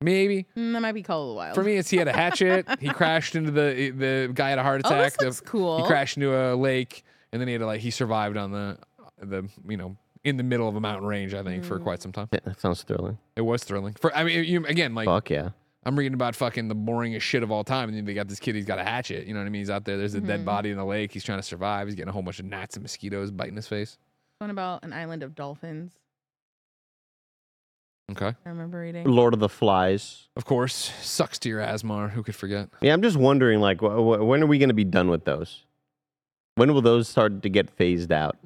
Maybe
Mm, that might be Call of the Wild.
for me, it's he had a hatchet. he crashed into the the guy had a heart
oh,
attack.
this
the-
looks cool.
He crashed into a lake, and then he had to, like he survived on the the you know in the middle of a mountain range. I think
Mm.
for quite some time.
Yeah, that sounds thrilling.
It was thrilling. For I mean, you, again, like
Fuck yeah.
I'm reading about fucking the boringest shit of all time, and then they got this kid. He's got a hatchet. You know what I mean? He's out there. There's a
Mm-hmm.
dead body in the lake. He's trying to survive. He's getting a whole bunch of gnats and mosquitoes biting his face.
One about an island of dolphins.
Okay,
I remember reading.
Lord of the Flies.
of course, sucks to your asthma. Who could forget?
Yeah, I'm just wondering, like, wh- wh- when are we going to be done with those? When will those start to get phased out?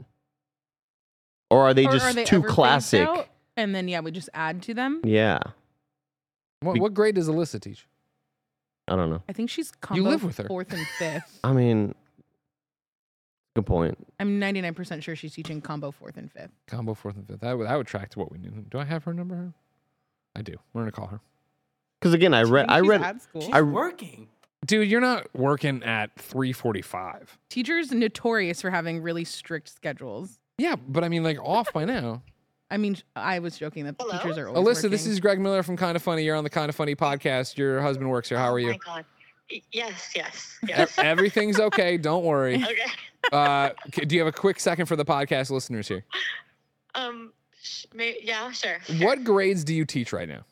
Or are they
Or are
just
they
too
ever phased
classic?
out? And then yeah, we just add to them.
Yeah,
What,
Be-
what grade does Alyssa teach?
I don't know.
I think she's combo
You live with her.
fourth and fifth.
I mean, good point.
I'm 99% sure she's teaching combo fourth and fifth.
Combo fourth and fifth. That would that would track to what we knew. Do I have her number? I do. We're gonna call her.
Because again, I read,
think
I
she's
read,
at school.
She's
I-
working.
Dude, you're not working at 3:45.
Teachers notorious for having really strict schedules.
Yeah, but I mean, like off by now.
I mean, I was joking that
Hello?
teachers are always
Alyssa, this
working.
is Greg Miller from Kind of Funny. You're on the Kind of Funny podcast. Your husband works here. How are
Oh
you?
my God. Y- Yes, yes,
E-
yes.
Everything's okay. Don't worry.
okay.
Uh, c- do you have a quick second for the podcast listeners here?
Um. Sh- may- yeah. Sure. sure.
What grades do you teach right now?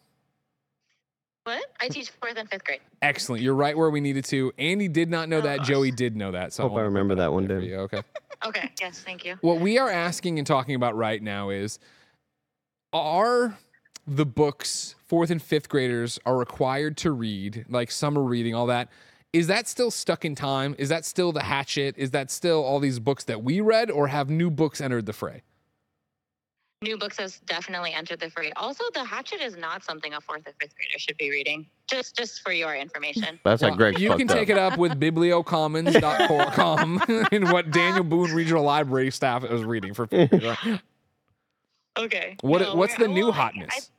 What? I teach fourth and fifth grade.
Excellent. You're right where we needed to. Andy did not know that. Joey did know that. So
hope I
wanna put
remember that
out
one
there for
day.
you. Okay.
Okay. Yes. Thank you.
What we are asking and talking about right now is are the books fourth and fifth graders are required to read, like summer reading, all that. Is that still stuck in time? Is that still the hatchet? Is that still all these books that we read, or have new books entered the fray?
New books has definitely entered the fray. Also, the hatchet is not something a fourth and fifth grader should be reading. Just, just for your information.
that's
Well,
like Greg.
you can
fucked
take
up.
it up with bibliocommons.com and what Daniel Boone Regional Library staff was reading for.
Okay.
What
No,
what's
we're-
the new
well, I-
hotness?
I-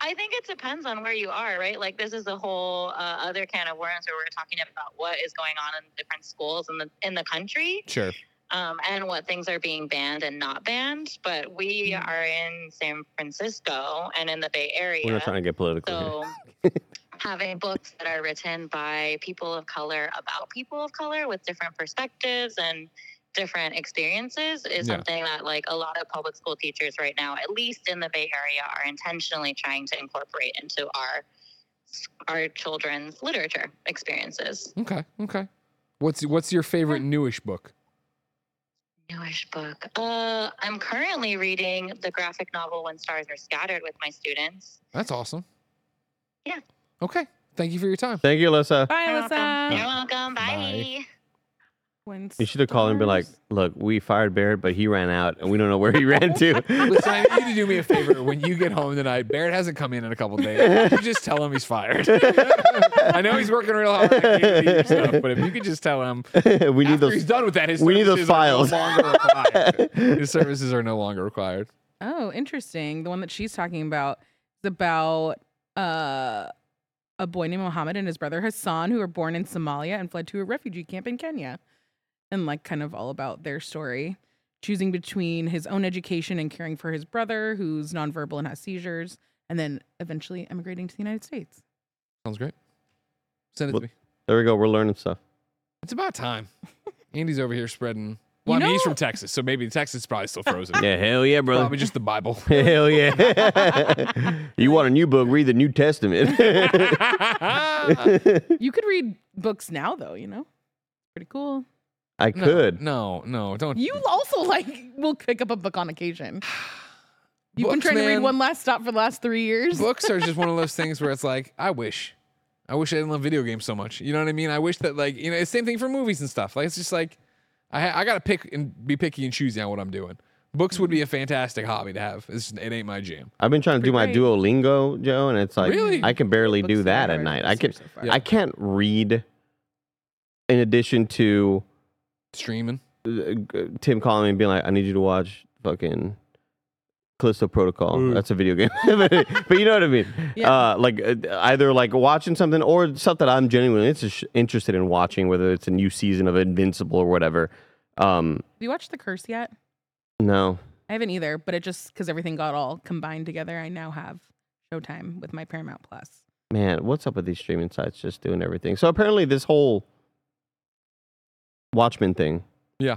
I think it depends on where you are, right? Like this is a whole uh, other can of worms where we're talking about what is going on in different schools in the in the country.
sure.
um, and what things are being banned and not banned. But we are in San Francisco and in the Bay
We're
Area.
not trying to get political. here.
so having books that are written by people of color about people of color with different perspectives and different experiences is
Yeah.
something that like a lot of public school teachers right now at least in the bay area are intentionally trying to incorporate into our our children's literature experiences
Okay. Okay. What's what's your favorite newish book?
Newish book. Uh, I'm currently reading the graphic novel When Stars Are Scattered with my students.
That's awesome.
Yeah.
Okay. Thank you for your time.
Thank you, Alyssa.
Bye,
You're welcome. You're
Alyssa.
welcome.
Bye.
Bye.
When
You should have called him and been like,
stars-
look, we fired Barrett, but he ran out, and we don't know where he ran to.
Listen, I need you to do me a favor. When you get home tonight, Barrett hasn't come in in a couple days. You just tell him he's fired. I know he's working real hard, on getting to your stuff, but if you could just tell him
we need
after
those.
he's done with that, his
we need those
services are no
files.
longer required. His services are no longer required.
Oh, interesting. The one that she's talking about is about uh, a boy named Mohammed and his brother Hassan, who were born in Somalia and fled to a refugee camp in Kenya, and like kind of all about their story, choosing between his own education and caring for his brother, who's nonverbal and has seizures, and then eventually emigrating to the United States.
Sounds great. Send it
Well-
to me.
There we go. We're learning stuff.
It's about time. Andy's over here spreading. Well,
You
I mean, he's
know-
from Texas, so maybe Texas is probably still frozen.
Yeah, hell yeah, brother.
Probably just the Bible.
Hell yeah. you want a new book, read the New Testament.
You could read books now, though. You know, pretty cool.
I
No,
could.
No, no, don't.
You also like will pick up a book on occasion. You've been
Books,
trying to read
man.
one last stop for the last three years.
books are just one of those things where it's like, I wish, I wish I didn't love video games so much. You know what I mean? I wish that like you know, it's same thing for movies and stuff. Like it's just like, I ha- I gotta pick and be picky and choosy on what I'm doing. Books would be a fantastic hobby to have. It's just, it ain't my jam.
I've been trying to do my
Pretty
Duolingo, Joe, and it's like
Really?
I can barely
Books
do that
I've
at
read
night.
this
I can
year so far.
I can't read in addition to
Streaming.
uh, Tim calling me and being like, I need you to watch fucking Callisto Protocol. That's a video game, but, but you know what I mean. Uh, like uh, either like watching something or stuff that I'm genuinely inter- interested in watching, whether it's a new season of Invincible or whatever. Um,
you watch The Curse yet?
no,
I haven't either, but it just because everything got all combined together, I now have Showtime with my Paramount Plus.
man, what's up with these streaming sites just doing everything? So apparently, this whole Watchmen thing
Yeah.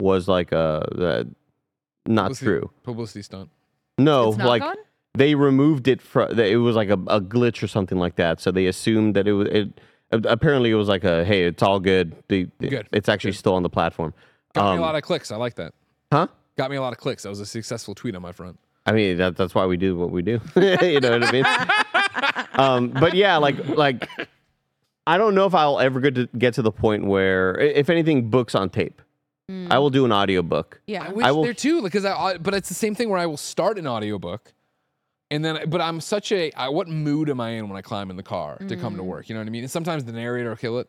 was like uh, the, not
Publicity-
true.
Publicity stunt.
No,
It's not
Oh, like
gone?
they removed it from. It was like a, a glitch or something like that. So they assumed that it was. It, apparently, it was like a hey, it's all good. The,
Good.
It's actually
Good.
still on the platform.
Got
Um,
me a lot of clicks. I like that.
Huh?
Got me a lot of clicks. That was a successful tweet on my front.
I mean, that, that's why we do what we do. you know what I mean? um, but yeah, like like I don't know if I'll ever get to get to the point where, i- if anything, books on tape. I will do an audiobook.
I
Yeah.
wish
I will-
there too, because I, I- But it's the same thing where I will start an audiobook, and then. But I'm such a. I, what mood am I in when I climb in the car to come to work? You know what I mean? And sometimes the narrator will kill it,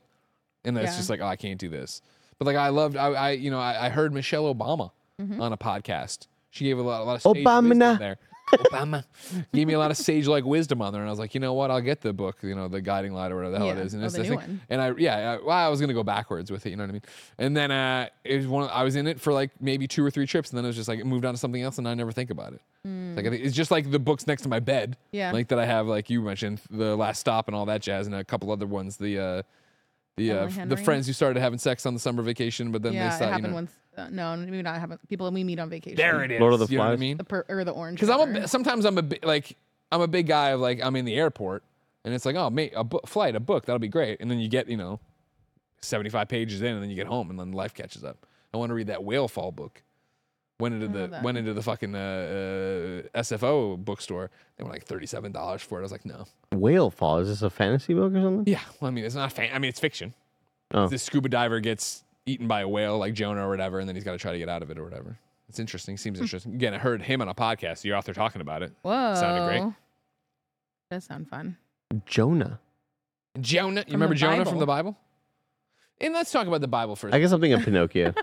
and then it's
Yeah.
just like, oh, I can't do this. But like I loved, I, I you know, I, I heard Michelle Obama on a podcast. She gave a lot, a lot of sage wisdom
Obama.
there. Obama gave me a lot of sage like wisdom on there, and I was like, you know what? I'll get the book, you know, the guiding light or whatever the hell
Yeah.
it is. And
Oh,
it's
the
I
new
think-
one.
and I yeah, I, well, I was gonna go backwards with it, you know what I mean? And then uh, it was one. I was in it for like maybe two or three trips, and then it was just like it moved on to something else, and I never think about it. It's Like I think- it's just like the books next to my bed,
Hmm. Yeah.
like that I have, like you mentioned, the Last Stop and all that jazz, and a couple other ones, the uh, the
Emily
uh, f- the
Henry?
friends who started having sex on the summer vacation, but then
yeah,
they
it
stopped.
happened
You know,
once. Uh, no, maybe not happen. People that we meet on vacation.
there it is.
Lord of the
you know what I
Flies?
mean?
The per, or the orange.
because I'm a
cover.
bi- sometimes I'm a bi- like I'm a big guy of like I'm in the airport and it's like oh mate a bu- flight a book that'll be great and then you get you know 75 pages in and then you get home and then life catches up. I want to read that whale fall book. Went into
know
the
that
went into the fucking uh, uh, SFO bookstore. They were like thirty seven dollars for it. I was like, no.
Whale Fall. Is this a fantasy book or something?
Yeah, well, I mean, it's not. Fan- I mean, it's fiction.
Oh.
This scuba diver gets eaten by a whale, like Jonah or whatever, and then he's got to try to get out of it or whatever. It's interesting. Seems interesting. Again, I heard him on a podcast. The author talking about it.
Whoa.
Sounded great.
Does sound fun.
Jonah.
Jonah. You
From the
remember Jonah from
Bible.
the Bible? And let's talk about the Bible first.
I guess I'm thinking of Pinocchio.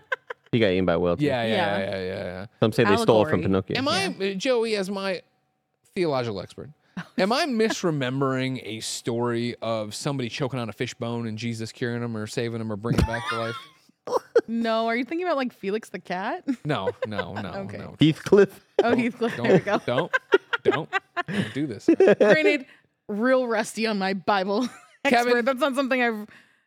he got eaten by a whale. too.
yeah, yeah, yeah,
Yeah.
yeah, yeah. yeah.
Some say they stole it from
Allegory.
Pinocchio.
Am I, uh, Joey, as my theological expert, am I misremembering a story of somebody choking on a fish bone and Jesus curing him or saving him or bringing him back to life?
No, are you thinking about like Felix the cat?
No, no, no,
Okay.
no.
Heathcliff.
Oh, Heath Ledger. There we
Don't,
go. Uh,
don't, don't, don't do this.
Granted, real rusty on my Bible
Kevin-
expert. That's not something I've,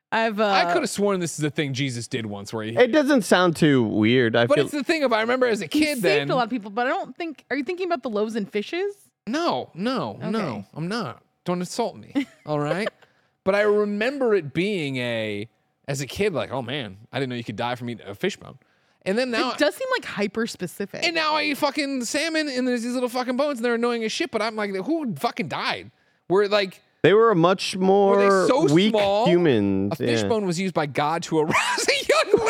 I've. Uh,
I could have sworn this is the thing Jesus did once, where he.
It doesn't sound too weird. I
but
feel
it's the thing of I remember as a
he
kid.
saved
then
a lot of people, but I don't think. Are you thinking about the loaves and fishes?
No, no, no,
Okay.
I'm not. Don't insult me. All right. but I remember it being a, as a kid, like, oh man, I didn't know you could die from eating a fish bone. And then now,
it does seem like hyper specific.
and now I eat fucking salmon and there's these little fucking bones and they're annoying as shit, but I'm like, who fucking died? Where like
they were a much more
so
weak
small?
humans.
a fish
yeah.
bone was used by God to arouse a young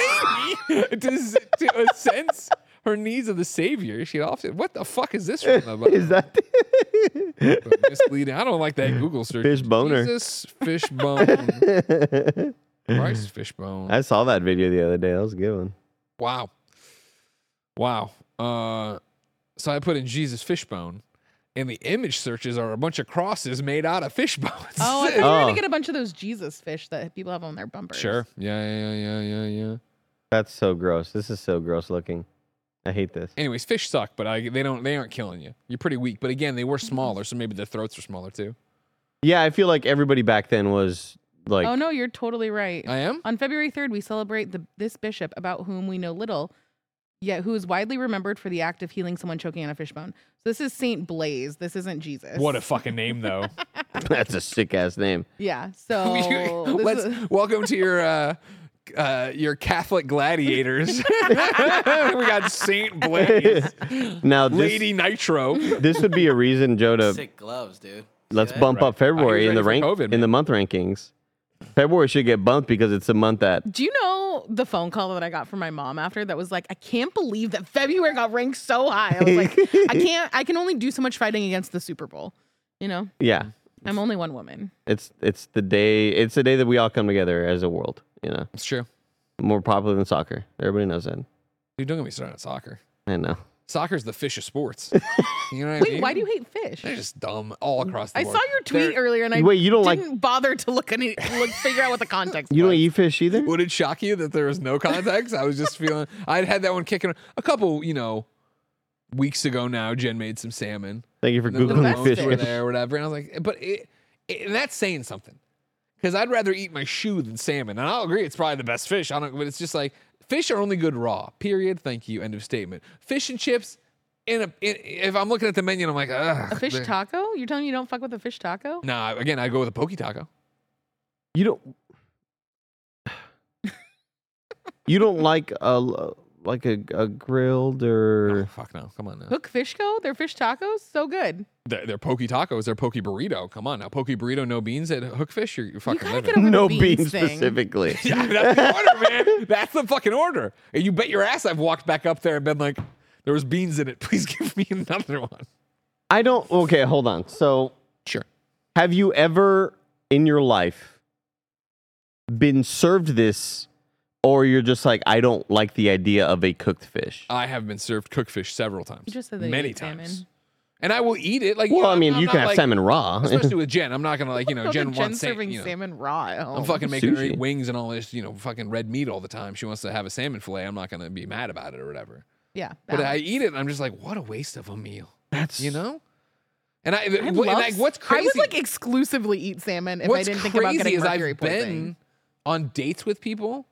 lady to, to sense her needs of the savior. She often, what the fuck is this from the Bible?
Is that
misleading. I don't like that Google search.
Fish boner.
Jesus fish bone. Christ fish bone.
I saw that video the other day. That was a good one.
Wow. Wow. Uh, so I put in Jesus fish bone, and the image searches are a bunch of crosses made out of fish bones.
oh, I thought you were
Oh.
gonna get a bunch of those Jesus fish that people have on their bumpers.
sure. Yeah, yeah, yeah, yeah, yeah.
That's so gross. This is so gross looking. I hate this.
Anyways, fish suck, but I, they don't. They aren't killing you. You're pretty weak. But again, they were
Mm-hmm.
smaller, so maybe their throats are smaller too.
Yeah, I feel like everybody back then was like,
oh no, you're totally right.
I am.
On February 3rd, we celebrate the, this bishop about whom we know little, yet who is widely remembered for the act of healing someone choking on a fishbone. So this is Saint Blaise. This isn't Jesus.
What a fucking name, though.
that's a sick ass name.
yeah.
We-
So Oh, this
Let's
is-
welcome to your uh, uh, your Catholic gladiators. we got Saint Blaze,
Now this
Lady Nitro.
this would be a reason, Joe, to
Sick gloves, dude. See
let's
that?
bump up February
Are you
in the
ready
rank
for COVID,
in the
man?
month rankings. February should get bumped because it's a month that
do you know the phone call that I got from my mom after that was like, I can't believe that February got ranked so high. I was like, I can't. I can only do so much fighting against the Super Bowl. You know,
yeah,
I'm only one woman.
it's it's the day it's the day that we all come together as a world. You know,
It's true.
more popular than soccer. Everybody knows that.
Dude, don't get me started on soccer.
I know.
Soccer's the fish of sports. You know what I
Wait,
mean?
why do you hate fish?
They're just dumb all across the
I
board.
saw your tweet
They're-
earlier, and I
Wait, you don't like-
didn't bother to look any look figure out what the context.
You don't
was.
eat fish either.
Would it shock you that there was no context? I was just feeling. I'd had that one kicking a couple, you know, weeks ago now. Jen made some salmon.
Thank you for
And then the
googling
bones
fish.
were there or whatever. And I was like, but it, it- and that's saying something because I'd rather eat my shoe than salmon. And I'll agree, it's probably the best fish. I don't, but it's just like fish are only good raw. Period. Thank you. End of statement. Fish and chips. In a, in, if I'm looking at the menu, and I'm like, Ugh,
a fish
they're-
taco. You're telling me you don't fuck with a fish taco?
Nah, again, I go with a poke taco.
You don't. you don't like a like a, a grilled
Oh,
or
fuck no, come on now.
Hook fish co. Their fish tacos so good.
They're, they're poke tacos. They're poke burrito. Come on now, poke burrito, no beans at Hookfish. You're, you're fucking
gotta
living.
get a- Over the
no
beans
beans
thing.
specifically.
Yeah, that's the order, man. That's the fucking order. And you bet your ass I've walked back up there and been like, there was beans in it. Please give me another one.
I don't. Okay, hold on. So,
Sure.
have you ever in your life been served this, or you're just like, I don't like the idea of a cooked fish?
I have been served cookfish several times.
You just said that you
many
ate salmon.
times. And I will eat it. Like, you
well,
know,
I
I'm-
mean,
I'm
you
not
can have
like-
salmon raw.
Especially with Jen, I'm not gonna like you know.
Don't
Jen
think
wants salmon.
serving
you know.
salmon raw. at
I'm
home.
fucking making her
Sushi.
eat wings and all this you know fucking red meat all the time. She wants to have a salmon fillet. I'm not gonna be mad about it or whatever.
Yeah.
But I
balance.
eat it, and I'm just like, what a waste of a meal.
That's
You know. And I,
I
and
love
like, what's
s- I
crazy?
would like exclusively eat salmon if I
What's
didn't think
crazy
about getting
is
mercury
I've
poisoning.
been on dates with people.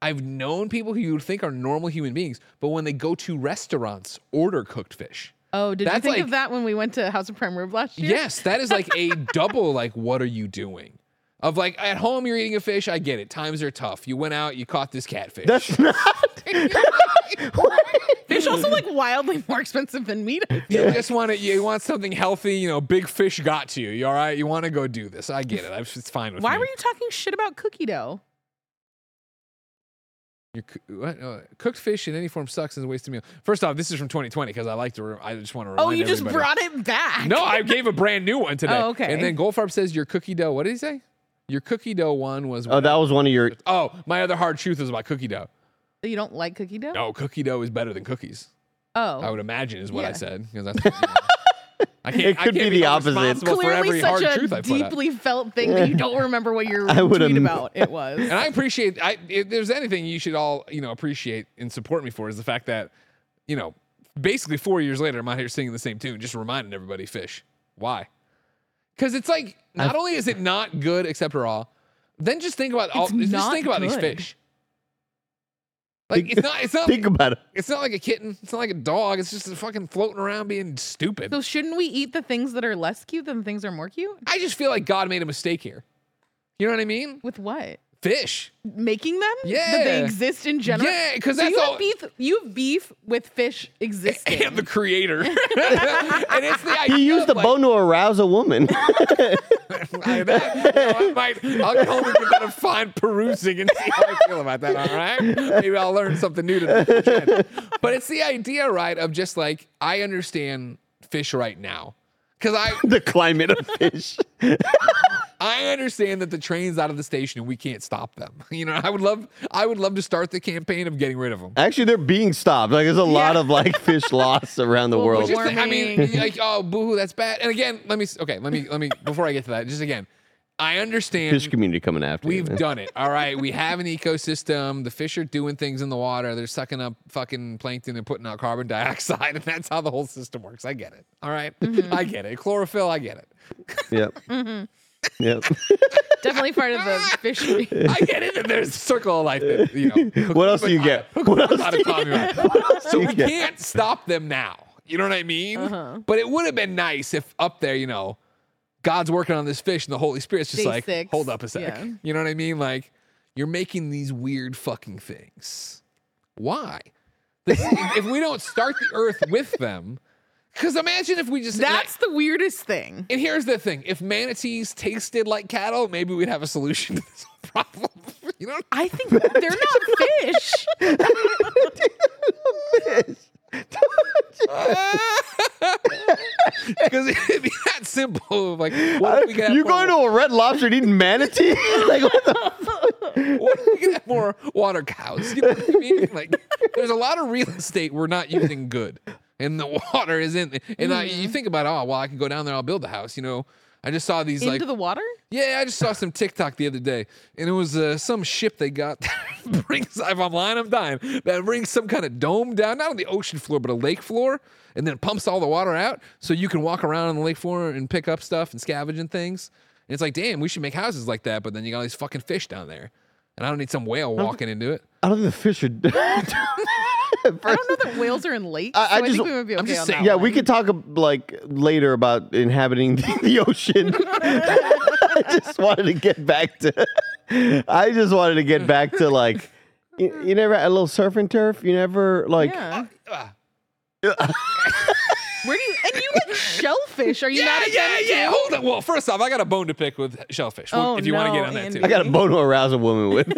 I've known people who you would think are normal human beings, but when they go to restaurants, order cooked fish.
oh, did you
That's
think of
like-
that when we went to House of Prime Rib last year?
Yes, that is like a double. Like, what are you doing? Of like at home, you're eating a fish. I get it. Times are tough. You went out, you caught this catfish.
that's not.
Fish also like wildly more expensive than meat. I feel.
you just want to. You want something healthy. You know, big fish got to you. You all right? You want to go do this? I get it. I'm, it's fine with
Why
me.
were you talking shit about cookie dough?
Your coo- what, uh, cooked fish in any form sucks and is a waste of meal. First off, this is from 2020 because I like to. Re- I just want to.
oh, you just brought it back.
No, I gave a brand new one today.
Oh, okay.
And then Goldfarb says your cookie dough. What did he say? Your cookie dough one was.
Oh, that was one of your.
Oh, my other hard truth is about cookie dough.
you don't like cookie dough.
No, cookie dough is better than cookies.
Oh,
I would imagine is what I
Yeah.
said because that's. you know, I can't,
It
I
could
can't
be the
held
opposite.
responsible for every
clearly
hard
such a
truth I put out.
deeply felt thing that you don't remember what your
I would
tweet
am-
about it was.
And I appreciate. I if there's anything you should all you know appreciate and support me for is the fact that, you know, basically four years later I'm out here singing the same tune, just reminding everybody fish. Why? Because it's like not only is it not good except raw, then just think about all.
It's
Just
not
think about these
good.
fish. Like it's not. It's not.
Think about it.
it's not like a kitten. It's not like a dog. It's just fucking floating around being stupid.
so shouldn't we eat the things that are less cute than the things that are more cute?
I just feel like God made a mistake here. You know what I mean?
With what?
Fish.
Making them? That they
Yeah.
exist in general.
Yeah, 'cause
So
that's
you
all-
have beef. You have beef with fish existing.
And the creator. and it's the idea.
He used
of,
the
like,
bone to arouse a woman.
I, that, you know, I might. I'll go home and give that a fine perusing and see how I feel about that. All right, maybe I'll learn something new today. But it's the idea, right, of just like I understand fish right now because I
the climate of fish.
I understand that the train's out of the station and we can't stop them. You know, I would love I would love to start the campaign of getting rid of them.
Actually, they're being stopped. Like there's a lot of like fish loss around the
Well,
world.
we
Just, I mean,
Warming.
like oh boohoo, that's bad. And again, let me s- okay, let me let me before I get to that, just again, I understand.
fish community coming after you,
We've
man.
done it. All right. We have an ecosystem. The fish are doing things in the water. They're sucking up fucking plankton and putting out carbon dioxide. And that's how the whole system works. I get it. All right? I get it. Chlorophyll, I get it.
Yep. Yep.
Definitely part of the fish.
I get it. that There's a circle of life. That, you know,
What else do you get? What else
not
do
a
you
Tommy
get?
Rat. So
do you
we
get?
can't stop them now. You know what I mean?
Uh-huh.
But it would have been nice if up there, you know, God's working on this fish and the Holy Spirit's just
Day
like,
six,
hold up a sec.
yeah.
You know what I mean? Like, you're making these weird fucking things. Why? This- if we don't start the earth with them, because imagine if we just and I-
That's the weirdest thing.
and here's the thing: if manatees tasted like cattle, maybe we'd have a solution to this whole problem. You know,
I think they're not fish.
because it'd be that simple. Like, what if we could have
You
more,
going to a red lobster and eating manatee? like what the
What if we could have more water cows? You know what I mean? Like, there's a lot of real estate we're not using good, and the water is in. And I,
Mm-hmm.
you think about, oh, well, I can go down there, I'll build a house. You know, I just saw these
Into
like
the water?
yeah, I just saw some TikTok the other day, and it was uh, some ship they got that brings. If I'm lying, I'm dying. That brings some kind of dome down, not on the ocean floor, but a lake floor, and then pumps all the water out, so you can walk around on the lake floor and pick up stuff and scavenge and things. And it's like, damn, we should make houses like that, but then you got all these fucking fish down there, and I don't need some whale walking into it.
I don't think the fish are.
I don't know that whales are in lakes.
I- I
so I
just-
think we would be okay
I'm just
on
saying-
that
yeah,
one.
we could talk ab- like later about inhabiting the, the ocean. I just wanted to get back to. I just wanted to get back to like. You, you never had a little surf and turf. You never like.
Yeah.
Ah.
Where do you and you like shellfish? Are you
Yeah,
mad at
yeah,
them
yeah.
too?
Hold on. Well, first off, I got a bone to pick with shellfish.
Oh,
if you want to get
no,
on that too.
Andy.
I got a bone to arouse a woman with.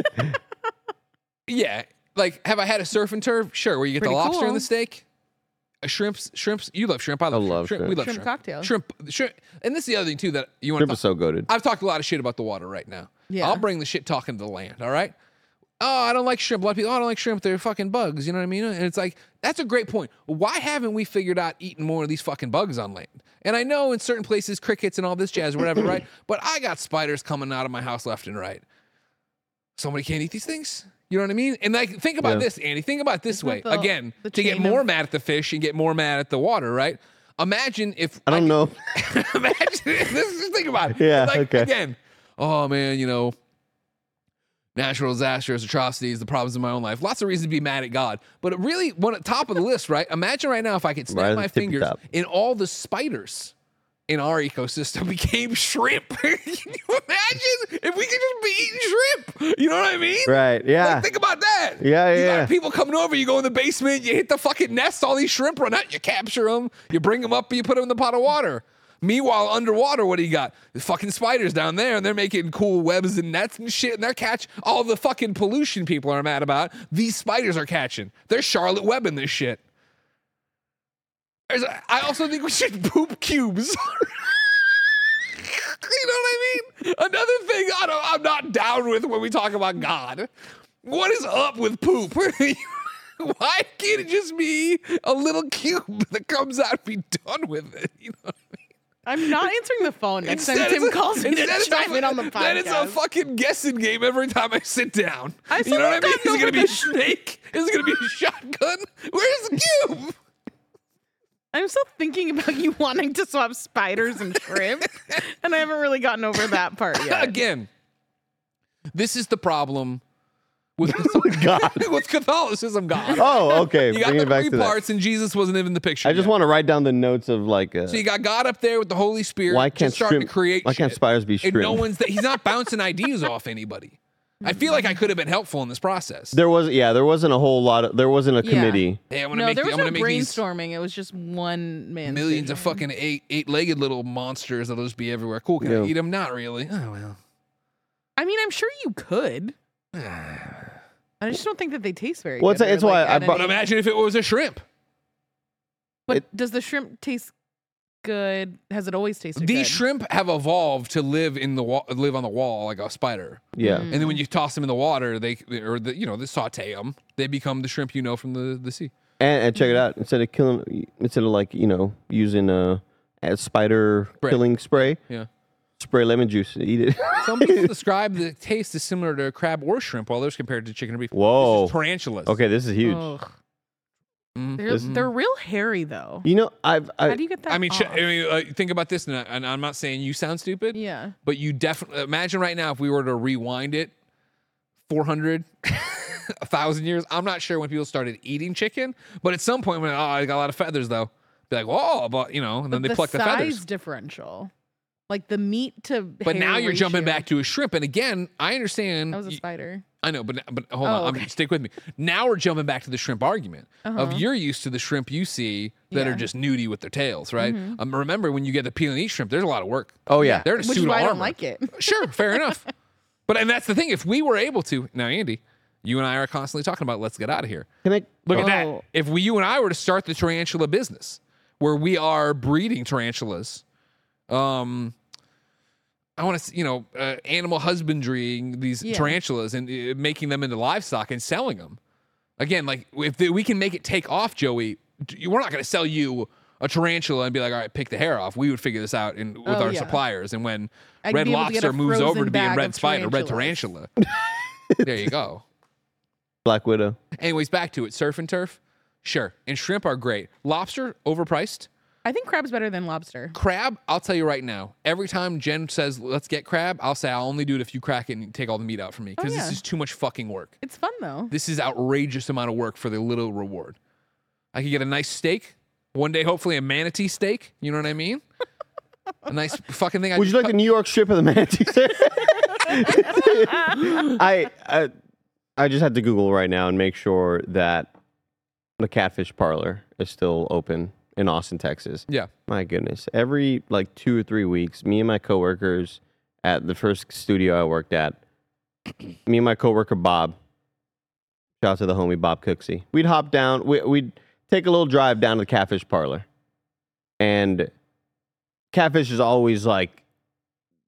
Yeah. Like, have I had a surf and turf? Sure. Where you get
Pretty
the lobster
cool.
and the steak. A shrimps, shrimps. You love shrimp. I love,
love
shrimp.
shrimp.
We love
Shrimp
shrimp.
cocktail.
Shrimp, shrimp. And this is the other thing too that you want
Shrimp
to.
is so goaded.
I've talked a lot of shit about the water right now.
Yeah.
I'll bring the shit talking to the land. All right. Oh, I don't like shrimp. A lot of people. Oh, I don't like shrimp. They're fucking bugs. You know what I mean? And it's like that's a great point. Why haven't we figured out eating more of these fucking bugs on land? And I know in certain places crickets and all this jazz, or whatever, right? But I got spiders coming out of my house left and right somebody can't eat these things. You know what I mean? And like, think about
Yeah.
this, Andy. Think about it this
Isn't
way
that the-
again
the
to get
chain of-
more mad at the fish and get more mad at the water, right? Imagine if
I don't know.
imagine this. Just think about it.
Yeah,
Like,
okay.
Again, oh man, you know, natural disasters, atrocities, the problems in my own life. Lots of reasons to be mad at God. But it really, one at top of the list, right? Imagine right now if I could snap
Right at
my
the tippy
fingers
top.
and all the spiders in our ecosystem became shrimp. Can you imagine if we could just be eating shrimp? You know what I mean?
Right?
Like,
Yeah.
think about that.
Yeah,
You
yeah,
got
yeah.
people coming over. You go in the basement. You hit the fucking nest. All these shrimp run out. You capture them. You bring them up. You put them in the pot of water. Meanwhile, underwater, what do you got? The fucking spiders down there, and they're making cool webs and nets and shit, and they're catch all the fucking pollution people are mad about. These spiders are catching. They're Charlotte webbing this shit. There's- I also think we should poop cubes. you know what I mean? Another thing I don't, I'm not down with when we talk about God. What is up with poop? Why can't it just be a little cube that comes out and be done with it? You know?
I'm not answering the phone next time
it's
Tim
a-
calls me to
instead it's a
chime
fu-
in on the podcast.
Then it's a fucking guessing game every time I sit down.
I
you know what I
sometimes
mean? Is
don't
it gonna
look
be
at-
a snake? Is it gonna be a shotgun? Where's the cube?
I'm still thinking about you wanting to swap spiders and shrimp, and I haven't really gotten over that part yet.
Again, this is the problem with
Oh, God.
with Catholicism, God.
Oh, okay.
You got
Bring
the
it back
three
to that.
parts, and Jesus wasn't even in the picture.
I just
yet.
want to write down the notes of like. Uh,
So you got God up there with the Holy Spirit.
Why
just
can't
starting
shrimp-
to create?
why can't
shit.
spiders be
And no
shrimp?
one's. That, he's not bouncing ideas off anybody. I feel like I could have been helpful in this process.
there was yeah. There wasn't a whole lot. Of, there wasn't a
Yeah.
committee.
Hey, I want to
No,
make.
there
The,
was
I'm
no
gonna make these
brainstorming. It was just one man.
millions of fucking eight eight-legged little monsters that'll just be everywhere. Cool. Can
Yeah.
I eat them? Not really. Oh well.
I mean, I'm sure you could. I just don't think that they taste very
Well,
good.
it's-
or,
it's why
like,
I
at
brought-
But
any-
imagine if it was a shrimp.
But
It-
does the shrimp taste good? Has it always tasted
These
good?
shrimp have evolved to live in the wa- live on the wall like a spider.
Yeah.
And then when you toss them in the water, they or the, you know they saute them. They become the shrimp you know from the, the sea.
And, and check
Mm-hmm.
it out. Instead of killing, instead of like you know using a, a spider
Spray.
killing spray,
Yeah.
spray lemon juice and eat it.
Some people describe the taste as similar to crab or shrimp, while others compared to chicken or beef. This is
Whoa.
tarantulas.
okay, this is
Oh.
huge.
Ugh.
Mm.
They're,
This-
they're real hairy though.
You know, I've
How
I,
do you get that?
I mean, ch-
off?
I mean uh, think about this, and, I, and I'm not saying you sound stupid,
yeah.
but you definitely imagine right now if we were to rewind it 400, 1,000 years. I'm not sure when people started eating chicken, but at some point, when, oh, I got a lot of feathers, though, be like, oh, but you know, and then
But
they pluck
size
the feathers.
differential, like the meat to.
But now you're jumping back to a shrimp, and again, I understand.
That was a
y-
spider.
I know, but but hold
Oh,
on,
okay. Uh-huh.
I'm, stick with me. Now we're jumping back to the shrimp argument of you're used to the shrimp you see that
Yeah. Mm-hmm.
are just nudie with their tails, right? Um, remember when you get the peel and eat shrimp? There's a lot of work.
oh yeah,
They're in a
Which
suit
is
of
why I
armor.
don't like it.
Sure, fair enough. But and that's the thing. If we were able to now, Andy, you and I are constantly talking about let's get out of here.
can I?
Look at
Oh.
that. If we, you and I were to start the tarantula business, where we are breeding tarantulas, um, I want to, you know, uh, animal husbandry these
Yeah.
tarantulas and uh, making them into livestock and selling them. Again, like if the, we can make it take off, Joey, d- we're not going to sell you a tarantula and be like, all right, pick the hair off. We would figure this out in, with
Oh,
our
yeah.
suppliers. And when
I'd
Red
be able to get a
Lobster moves over
frozen
to being
bag
Red
of
Spider, Red Tarantula,
tarantulas.
there you go.
Black Widow.
Anyways, back to it. Surf and turf, sure. And shrimp are great. Lobster, overpriced.
I think crab's better than lobster.
Crab, I'll tell you right now. Every time Jen says let's get crab, I'll say I'll only do it if you crack it and take all the meat out for me because
yeah.
this is too much fucking work.
It's fun though.
This is outrageous amount of work for the little reward. I could get a nice steak one day, hopefully a manatee steak. You know what I mean? a nice fucking thing. I
Would you like
cut-
a New York strip of the manatee? I, I I just had to Google right now and make sure that the Catfish Parlor is still open in Austin, Texas.
Yeah.
My goodness, every like two or three weeks, me and my coworkers at the first studio I worked at, me and my coworker Bob, shout out to the homie Bob Cooksey, we'd hop down, we, we'd take a little drive down to the Catfish Parlor, and Catfish is always like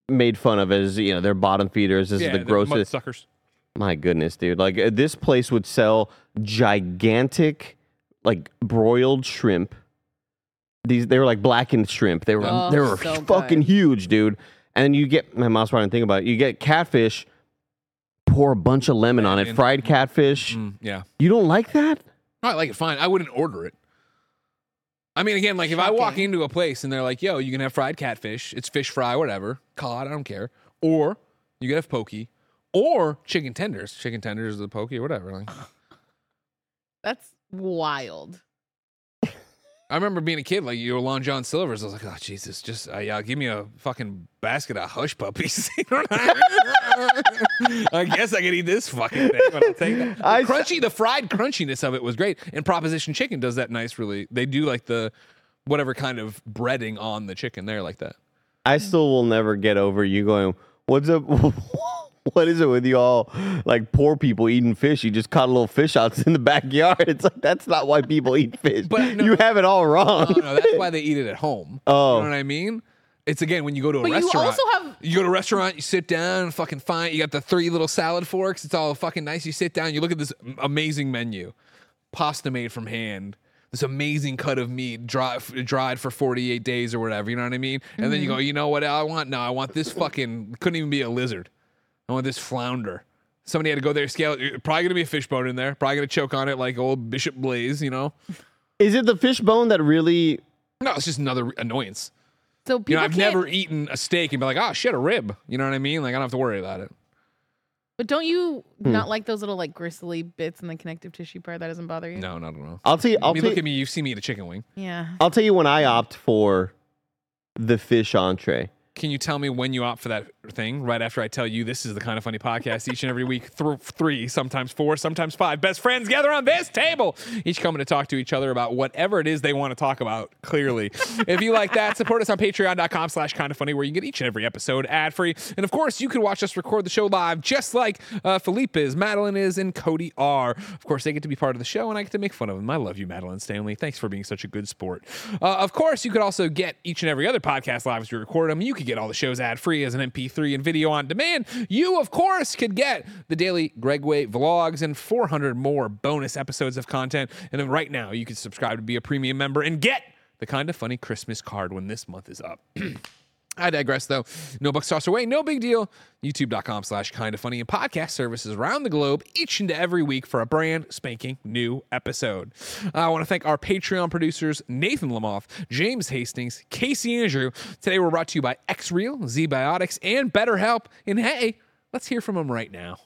made fun of as you know they're bottom feeders, this
Yeah,
is the grossest.
suckers.
My goodness, dude. Like uh, this place would sell gigantic like broiled shrimp. These they were like blackened shrimp. They were
Oh,
they were
so good.
fucking huge, dude. And you get my mouse didn't think about it. You get catfish, pour a bunch of lemon on it,
Lemon.
fried catfish.
Mm, yeah.
You don't like that?
No, I like it fine. I wouldn't order it. I mean, again, like if I walk
Shocking.
into a place and they're like, "Yo, you can have fried catfish. It's fish fry, whatever, cod. I don't care." Or you can have pokey, or chicken tenders. Chicken tenders, the pokey, or whatever. Like,
That's wild.
I remember being a kid, like you were Long John Silver's. I was like, "Oh Jesus, just uh, yeah, give me a fucking basket of hush puppies." You know what I, mean? I guess I could eat this fucking thing, but I'll take that. The
I-
crunchy, the fried crunchiness of it was great, and Proposition Chicken does that nice. Really, they do like the whatever kind of breading on the chicken there, like that.
I still will never get over you going, What's up what is it with y'all like poor people eating fish? You just caught a little fish out in the backyard. It's like that's not why people eat fish.
But no-
you have it all wrong.
Oh, No, no, that's why they eat it at home.
Oh.
you know what I mean? It's again when you go to a
But you
restaurant.
also have-
you go to a restaurant, you sit down, fucking fine. You got the three little salad forks. It's all fucking nice. You sit down, you look at this m- amazing menu, pasta made from hand. This amazing cut of meat dry, f- dried for 48 days or whatever. You know what I mean? And then you
Mm-hmm.
go, you know what I want? No, I want this fucking, couldn't even be a lizard. I want this flounder. Somebody had to go there, scale it. Probably going to be a fish bone in there. Probably going to choke on it like old Bishop Blaze, you know?
Is it the fish bone that really?
No, it's just another annoyance.
So people
You know, I've
can't,
never eaten a steak and be like, oh shit, a rib. You know what I mean? Like I don't have to worry about it.
But don't you not like those little like gristly bits in the connective tissue part that doesn't bother you?
No, not at all.
I'll tell you.
I
I'll,
mean,
tell
look
you,
at me. You've seen me eat a chicken wing.
Yeah.
I'll tell you when I opt for the fish entree.
Can you tell me when you opt for that thing? Right after I tell you this is the kind of funny podcast each and every week, th- three, sometimes four, sometimes five best friends gather on this table, each coming to talk to each other about whatever it is they want to talk about. Clearly, if you like that, support us on Patreon.com/slash Kind of Funny, where you get each and every episode ad free, and of course, you can watch us record the show live, just like uh, Philippe is, Madeline is, and Cody are. Of course, they get to be part of the show, and I get to make fun of them. I love you, Madeline Stanley. Thanks for being such a good sport. Uh, of course, you could also get each and every other podcast live as we record them. You could get all the shows ad free as an MP3 and video on demand. You, of course, could get the daily Gregway vlogs and 400 more bonus episodes of content. And then right now, you can subscribe to be a premium member and get the kind of funny Christmas card when this month is up. I digress though. No bucks tossed away, no big deal. YouTube.com slash kind of funny and podcast services around the globe each and every week for a brand spanking new episode. Uh, I want to thank our Patreon producers, Nathan Lamoff, James Hastings, Casey Andrew. Today we're brought to you by Xreal, ZBiotics, and BetterHelp. And hey, let's hear from them right now.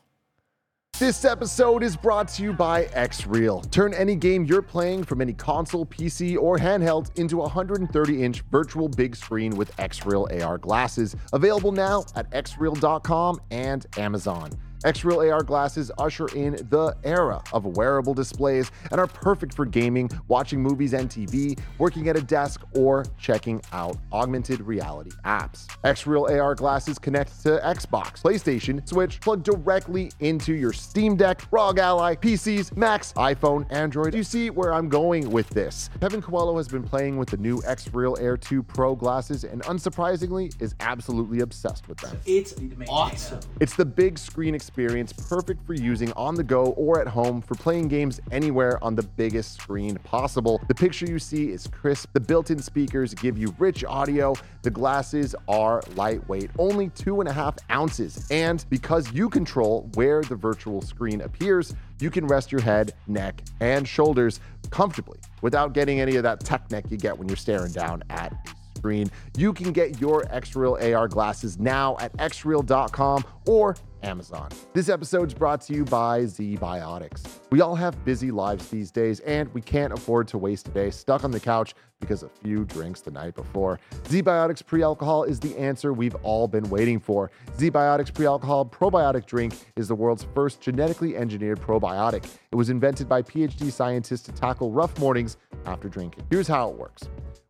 This episode is brought to you by XREAL. Turn any game you're playing from any console, PC, or handheld into a 130 inch virtual big screen with XREAL AR glasses. Available now at xreal.com and Amazon. XREAL AR glasses usher in the era of wearable displays and are perfect for gaming, watching movies and TV, working at a desk, or checking out augmented reality apps. XREAL AR glasses connect to Xbox, PlayStation, Switch, plug directly into your Steam Deck, ROG Ally, PCs, Macs, iPhone, Android. You see where I'm going with this. Kevin Coelho has been playing with the new XREAL Air 2 Pro glasses and unsurprisingly is absolutely obsessed with them.
It's awesome.
It's the big screen experience experience perfect for using on the go or at home for playing games anywhere on the biggest screen possible. The picture you see is crisp, the built in speakers give you rich audio, the glasses are lightweight, only two and a half ounces, and because you control where the virtual screen appears, you can rest your head, neck, and shoulders comfortably without getting any of that tuck neck you get when you're staring down at a screen. You can get your Xreal AR glasses now at xreal.com or Amazon. This episode's brought to you by Z Biotics. We all have busy lives these days, and we can't afford to waste a day stuck on the couch because of few drinks the night before. Z Biotics pre alcohol is the answer we've all been waiting for. Z Biotics pre alcohol probiotic drink is the world's first genetically engineered probiotic. It was invented by PhD scientists to tackle rough mornings after drinking. Here's how it works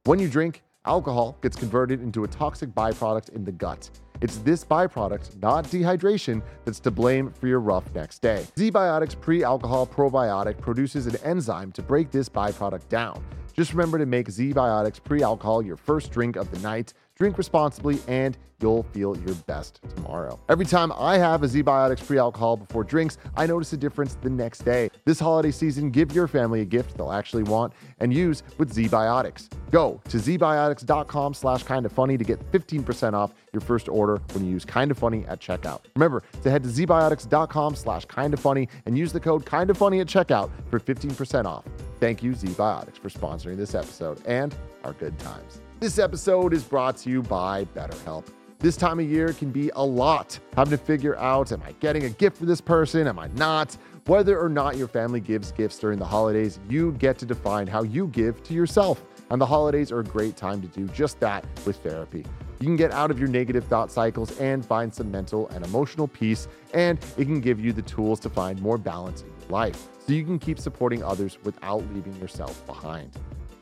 when you drink, alcohol gets converted into a toxic byproduct in the gut. It's this byproduct, not dehydration, that's to blame for your rough next day. ZBiotics pre alcohol probiotic produces an enzyme to break this byproduct down. Just remember to make ZBiotics pre alcohol your first drink of the night. Drink responsibly, and you'll feel your best tomorrow. Every time I have a ZBiotics pre alcohol before drinks, I notice a difference the next day. This holiday season, give your family a gift they'll actually want and use with ZBiotics. Go to zbiotics.com slash kind of funny to get 15% off your first order when you use kind of funny at checkout. Remember to head to zbiotics.com slash kind of funny and use the code kind of funny at checkout for 15% off. Thank you, ZBiotics, for sponsoring this episode and our good times. This episode is brought to you by BetterHelp. This time of year can be a lot. Having to figure out am I getting a gift for this person? Am I not? Whether or not your family gives gifts during the holidays, you get to define how you give to yourself. And the holidays are a great time to do just that with therapy. You can get out of your negative thought cycles and find some mental and emotional peace, and it can give you the tools to find more balance in your life so you can keep supporting others without leaving yourself behind.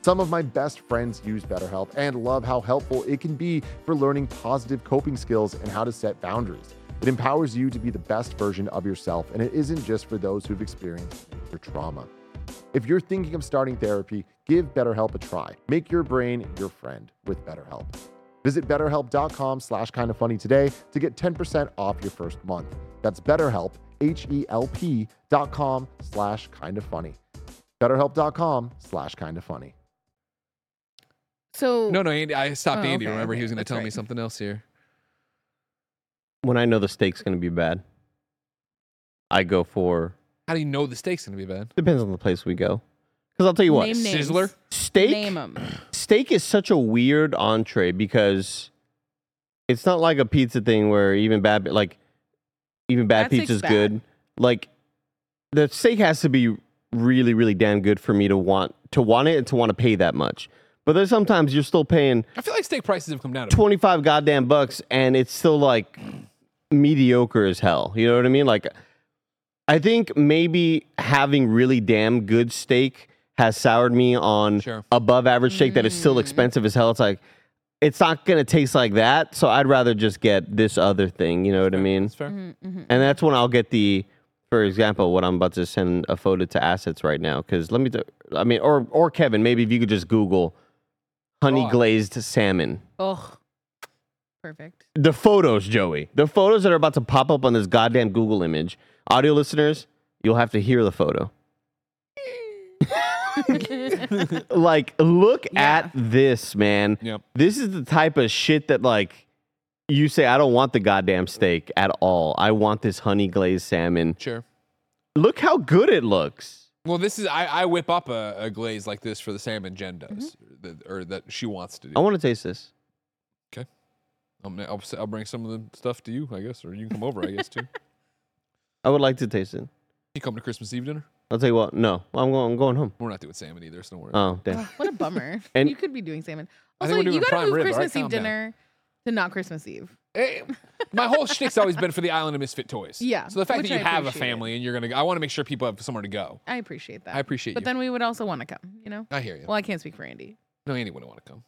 Some of my best friends use BetterHelp and love how helpful it can be for learning positive coping skills and how to set boundaries. It empowers you to be the best version of yourself, and it isn't just for those who've experienced your trauma. If you're thinking of starting therapy, give BetterHelp a try. Make your brain your friend with BetterHelp. Visit betterhelp.com slash kind of funny today to get 10% off your first month. That's betterhelp, H-E-L-P dot com slash kind of funny. betterhelp.com slash kind of funny.
So
No, no, Andy. I stopped
Oh,
Andy.
okay,
Remember,
okay,
he was going to
that's
tell me
right.
something else here.
When I know the steak's going to be bad, I go for
How do you know the steak's going to be bad?
depends on the place we go. Because I'll tell you what,
name names.
Sizzler?
steak
Name them.
steak is such a weird entree because it's not like a pizza thing where even bad like even bad
Bad steak's
pizza's
bad.
good. Like the steak has to be really really damn good for me to want to want it and to want to pay that much. But there's sometimes you're still paying
I feel like steak prices have come down. A bit.
25 goddamn bucks and it's still like mediocre as hell. You know what I mean? Like I think maybe having really damn good steak has soured me on
Sure.
above average steak that is still expensive as hell. It's like it's not going to taste like that, so I'd rather just get this other thing, you know what I mean?
That's fair.
Mm. Mm-hmm,
And that's when I'll get the for example, what I'm about to send a photo to assets right now cuz let me do, I mean or or Kevin, maybe if you could just google honey
Oh.
glazed salmon
Oh, perfect.
the photos, Joey. The photos that are about to pop up on this goddamn Google image. Audio listeners, you'll have to hear the photo. like, look at this, man.
Yep.
This is the type of shit that, like, you say, I don't want the goddamn steak at all. I want this honey glazed salmon.
Sure.
Look how good it looks.
Well, this is I, I whip up a, a glaze like this for the salmon Jen does,
Mm-hmm.
that- or that she wants to do.
I want to taste this.
I'm, I'll, s- I'll bring some of the stuff to you, I guess, or you can come over, I guess, too.
I would like to taste it.
You come to Christmas Eve dinner?
I'll tell you what. No, I'm going, I'm going home.
We're not doing salmon either, so don't
Uh.
worry.
Oh, damn.
What a bummer.
And-
you could be doing salmon.
I think
Also,
we're doing
you gotta
prime
move
rib, all right?
Christmas
Calm
Eve
down.
dinner to not Christmas Eve.
Eh, my whole shtick's always been for the Island of Misfit Toys.
Yeah,
So the fact that
which
you
I
have a
appreciate.
family and you're gonna, go- I want to make sure people have somewhere to go.
I appreciate that.
I appreciate
But
you.
then we would also want to come, you know?
I hear you.
Well, I can't speak for Andy.
no, Andy wouldn't want to come.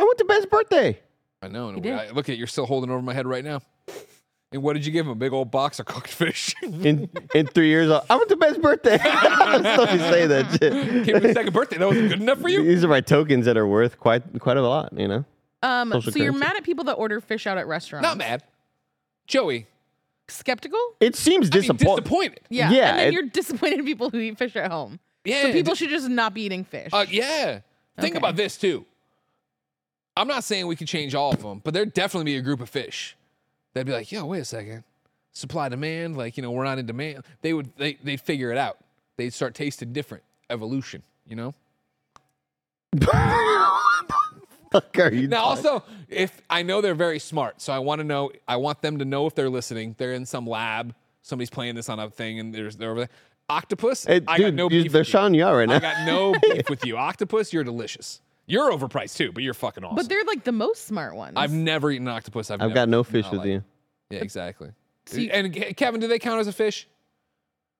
I want the best birthday.
I know.
He
And
did.
I, look at you're still holding over my head right now. And what did you give him? A big old box of cooked fish.
in in three years. I'll- I want the best birthday. I'm still be saying that
Came his
shit.
second birthday. That wasn't good enough for you.
These are my tokens that are worth quite quite a lot. You know,
Um,
Social
so you're
currency.
mad at people that order fish out at restaurants.
Not mad. Joey,
skeptical.
It seems
I mean,
disappointing.
disappointed.
Yeah.
Yeah,
and then
it-
you're disappointed in people who eat fish at home.
Yeah.
so
d-
people should just not be eating fish.
Uh, yeah. Think
Okay.
about this too. I'm not saying we can change all of them, but there'd definitely be a group of fish that'd be like, "Yo, wait a second, supply demand. Like, you know, we're not in demand." They would they they'd figure it out. They'd start tasting different. Evolution, you know.
Fuck are you
Now,
talking-
also, if I know they're very smart, so I want to know. I want them to know if they're listening. They're in some lab. Somebody's playing this on a thing, and there's they're over there. Octopus.
Hey,
I got
dude,
no
you-
beef.
they're
with you.
showing you out right now.
I got no beef with you. Octopus, you're delicious. You're overpriced too, but you're fucking awesome.
But they're like the most smart ones.
I've never eaten octopus. I've,
I've
never
got no
eaten.
fish
Not
with
like-
you.
Yeah, exactly.
See-
and Ke- Kevin, do they count as a fish?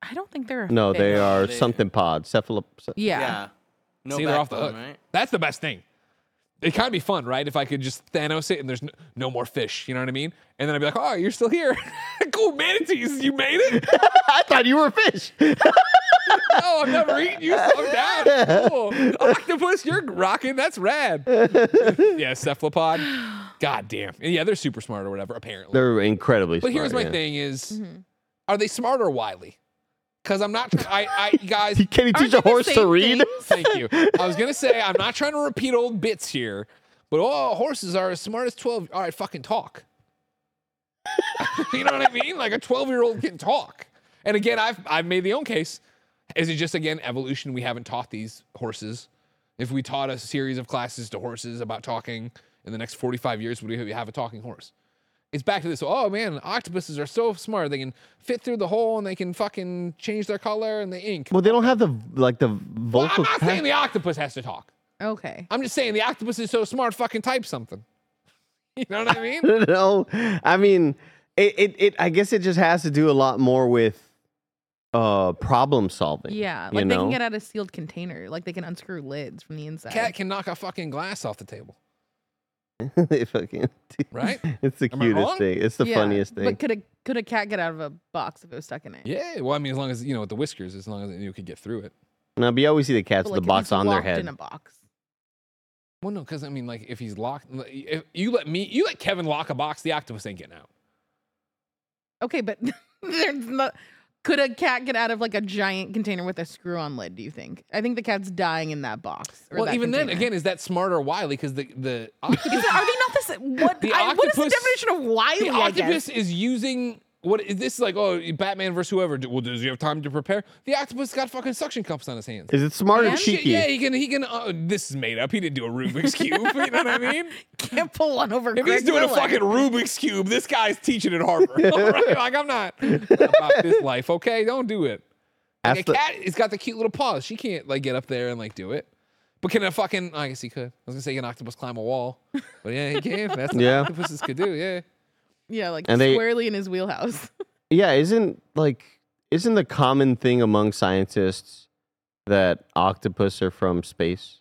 I don't think they're. a
No,
fish.
they are
They-
something pod. Cephalop.
Yeah.
Yeah. No
See, they're off the hook.
backbone, right?
That's the best thing. It kind of be fun, right? If I could just Thanos it and there's no, no more fish, you know what I mean? And then I'd be like, oh, you're still here. cool, manatees, you made it.
I thought you were a fish.
oh, I'm never eating you. so I'm down. Cool. Octopus, you're rocking. That's rad. yeah, cephalopod. God damn. Yeah, they're super smart or whatever, apparently.
They're incredibly
But
smart.
here's my
yeah.
thing: is are they smart or wily? Because I'm not. I, I guys.
Can you
Aren't
teach a
they the
horse to
same
read?
things?
thank you. I was gonna say I'm not trying to repeat old bits here, but oh, horses are as smart as twelve. All right, fucking talk. you know what I mean? Like a twelve-year-old can talk. And again, I've I've made the own case. Is it just again evolution? We haven't taught these horses. If we taught a series of classes to horses about talking in the next 45 years, would we have a talking horse? it's back to this. Oh man, octopuses are so smart. They can fit through the hole and they can fucking change their color and they ink.
Well, they don't have the like the
Well,
vocal.
I'm not saying the octopus has to talk.
Okay.
I'm just saying the octopus is so smart, fucking type something. You know what I mean?
no, I mean, it, it, it. I guess it just has to do a lot more with uh problem solving.
Yeah.
you
Like they
know?
can get out of sealed container. Like they can unscrew lids from the inside.
Cat can knock a fucking glass off the table,
They fucking-
right?
It's the
Am I wrong?
cutest thing. It's the
Yeah,
funniest thing.
But could a could a cat get out of a box if it was stuck in it?
yeah. Well, I mean, as long as you know with the whiskers, as long as you could get through it.
No, but you always see the cats
But,
with
like,
the
if
box
he's
on their
locked
head.
In a box.
Well, no, because I mean, like if he's locked, if you let me, you let Kevin lock a box, the octopus ain't getting out.
Okay, but there's not. Could a cat get out of like a giant container with a screw on lid? Do you think? I think the cat's dying in that box. or
Well,
that
even then,
container.
again, is that smart or wily? Because the the octopus
Is it- are they not the same? What,
The
I, what is the
octopus-
definition of wily?
the
I guess?
octopus is using what is this like? Oh, Batman versus whoever. Do- Well, does he have time to prepare? The octopus got fucking suction cups on his hands.
Is it smart or
Yeah.
cheeky?
Yeah, he can. He can. Uh, this is made up. He didn't do a Rubik's cube. you know what I mean?
Can't pull one over.
If he's
Greg
doing a
Miller.
fucking Rubik's cube, this guy's teaching at Harvard. All right? Like I'm not about this life. Okay, don't do it. Like
Ask
a
the-
cat, it's got the cute little paws. She can't like get up there and like do it. But can a fucking? I guess he could. I was gonna say can an octopus climb a wall, but yeah, he can. That's what
Yeah.
octopuses could do. Yeah.
yeah, like
And they-
squarely in his wheelhouse.
yeah, isn't like isn't the common thing among scientists that octopus are from space?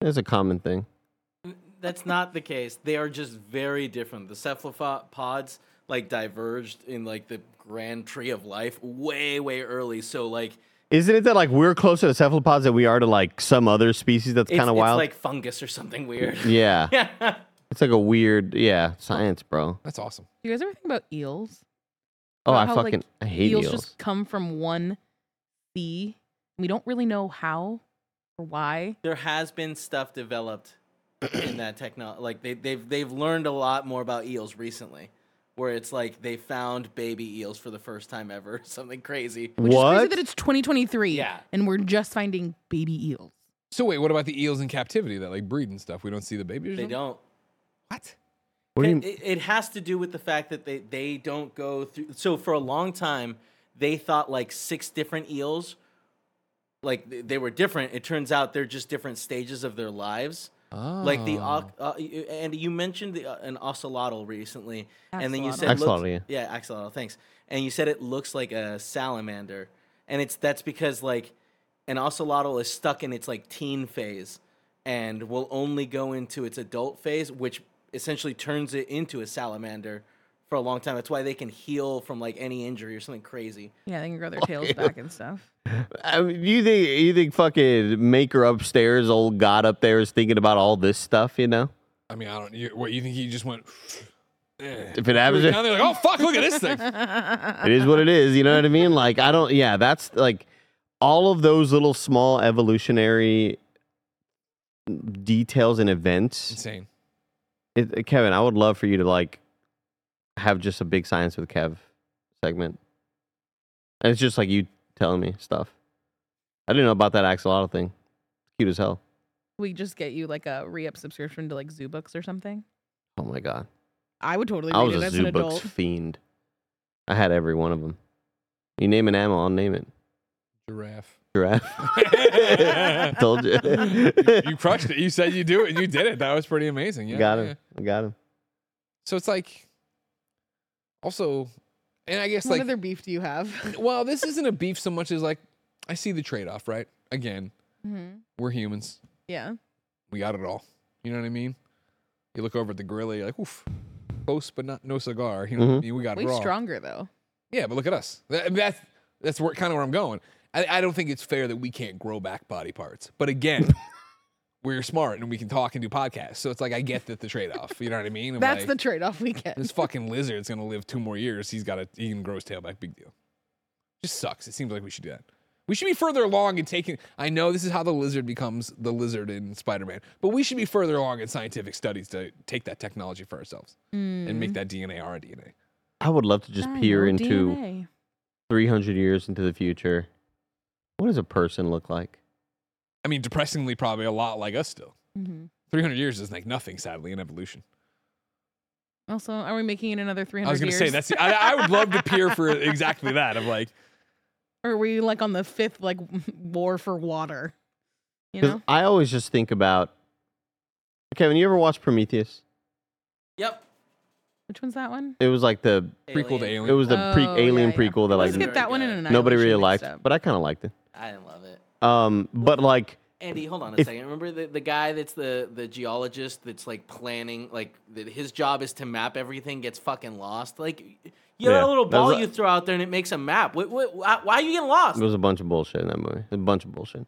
That's a common thing.
That's not the case. They are just very different. The cephalopods like diverged in like the grand tree of life way way early. So like
Isn't it that like we're closer to cephalopods than we are to like some other species that's
it's,
kind of
it's
wild?
like fungus or something weird.
yeah,
Yeah.
it's like a weird yeah science, bro.
That's awesome.
Do you guys ever think about eels?
Oh,
About
I
how, like,
fucking I hate eels.
just come from one sea. We don't really know how or why.
there has been stuff developed in that technology. Like they, they've they've learned a lot more about eels recently, where it's like they found baby eels for the first time ever. Something crazy.
Which is crazy
what?
that it's 2023.
Yeah.
And we're just finding baby eels.
So wait, what about the eels in captivity that like breed and stuff? We don't see the babies. or
They
something?
don't.
What?
What do you-
It, it- it has to do with the fact that they, they don't go through. So for a long time, they thought like six different eels, like th- they were different. It turns out they're just different stages of their lives. Like the
Oh.
oc- uh, y- and you mentioned the, uh, an ocelotl recently, and then you
Axolotl.
said looks-
Axolotl, yeah.
yeah, axolotl. Thanks. And you said it looks like a salamander, and it's that's because like an ocelotl is stuck in its like teen phase, and will only go into its adult phase, which essentially turns it into a salamander for a long time. That's why they can heal from like any injury or something crazy.
Yeah, they can grow their tails back and stuff.
I mean, you think you think fucking maker upstairs, old god up there is thinking about all this stuff, you know?
I mean, I don't. You, what you think? He just went eh.
if it happens,
Now they're like, oh fuck, look at this thing.
it is what it is. You know what I mean? Like, I don't, yeah, that's like all of those little small evolutionary details and events.
Insane.
It, uh, Kevin, I would love for you to like have just a big science with Kev segment. And it's just like you telling me stuff. I didn't know about that axolotl thing. Cute as hell.
We just get you like a re up subscription to like zoo books or something.
Oh my God.
I would totally
I was
read it
a
as an
zoo books
adult.
fiend. I had every one of them. You name an animal, I'll name it.
Giraffe.
Giraffe. Told you.
You crushed it. You said you do it, and you did it. That was pretty amazing. Yeah,
got
yeah.
him. I got him.
So it's like, also, and I guess
What
like
other beef do you have?
well, this isn't a beef so much as like I see the trade off, right? Again,
Mhm.
we're humans.
Yeah.
We got it all. You know what I mean? You look over at the gorilla, you're like, oof, close but not no cigar. You know
Mm-hmm.
what I mean? We got
Way
it all.
stronger though.
Yeah, but look at us. That, that's that's where kind of where I'm going. I, I don't think it's fair that we can't grow back body parts. But again, we're smart and we can talk and do podcasts. So it's like I get that the trade off. You know what I mean? I'm
That's
like,
the trade off we get.
this fucking lizard's gonna live two more years. He's got a he can grow his tail back. Big deal. Just sucks. It seems like we should do that. We should be further along in taking. I know this is how the lizard becomes the lizard in Spider-Man, but we should be further along in scientific studies to take that technology for ourselves
Mm.
and
Mm-hmm.
make that DNA our DNA.
I would love to just peer into 300 years into the future. What does a person look like?
I mean, depressingly, probably a lot like us still.
hmm
300 years is like nothing, sadly, in evolution.
Also, are we making it another 300
I was going to
years?
say, that's the, I, I would love to peer for exactly that. I'm like,
or were you like on the fifth like war for water? You
Because
know?
I always just think about Kevin. You ever watch Prometheus?
Yep.
Which one's that one?
It was like the
prequel to
Alien.
Alien.
it was the pre
Oh,
Alien
yeah, yeah.
prequel that
I
like
Wasn't
skipped
very
that one
good.
and
nobody
Annihilation
really
mixed
liked,
up.
but I kind of liked it.
I didn't love it.
Um, but like
Andy, hold on a
If-
second. Remember the, the guy that's the, the geologist that's like planning, like that his job is to map everything, gets fucking lost. Like, you
Yeah,
got a little
that was
ball
a-
you throw out there and it makes a map. What, what, why, why are you getting lost?
It was a bunch of bullshit in that movie. A bunch of bullshit.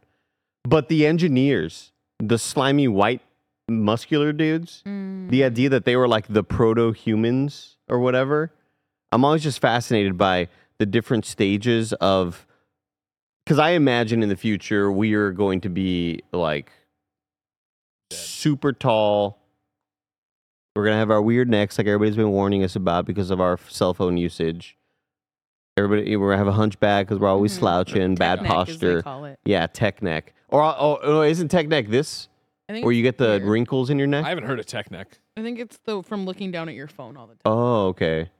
But the engineers, the slimy white muscular dudes, the idea that they were like the proto humans or whatever. I'm always just fascinated by the different stages of because I imagine in the future we are going to be like super tall. We're gonna have our weird necks, like everybody's been warning us about because of our cell phone usage. Everybody, we're gonna have a hunchback because we're always
Mhm.
slouching, bad
Neck, as they
posture.
call it.
Yeah, tech neck. Or oh, oh, isn't tech neck this
I think
where
it's
you get the
here.
wrinkles in your neck?
I haven't heard of tech neck.
I think it's the from looking down at your phone all the time.
Oh, okay.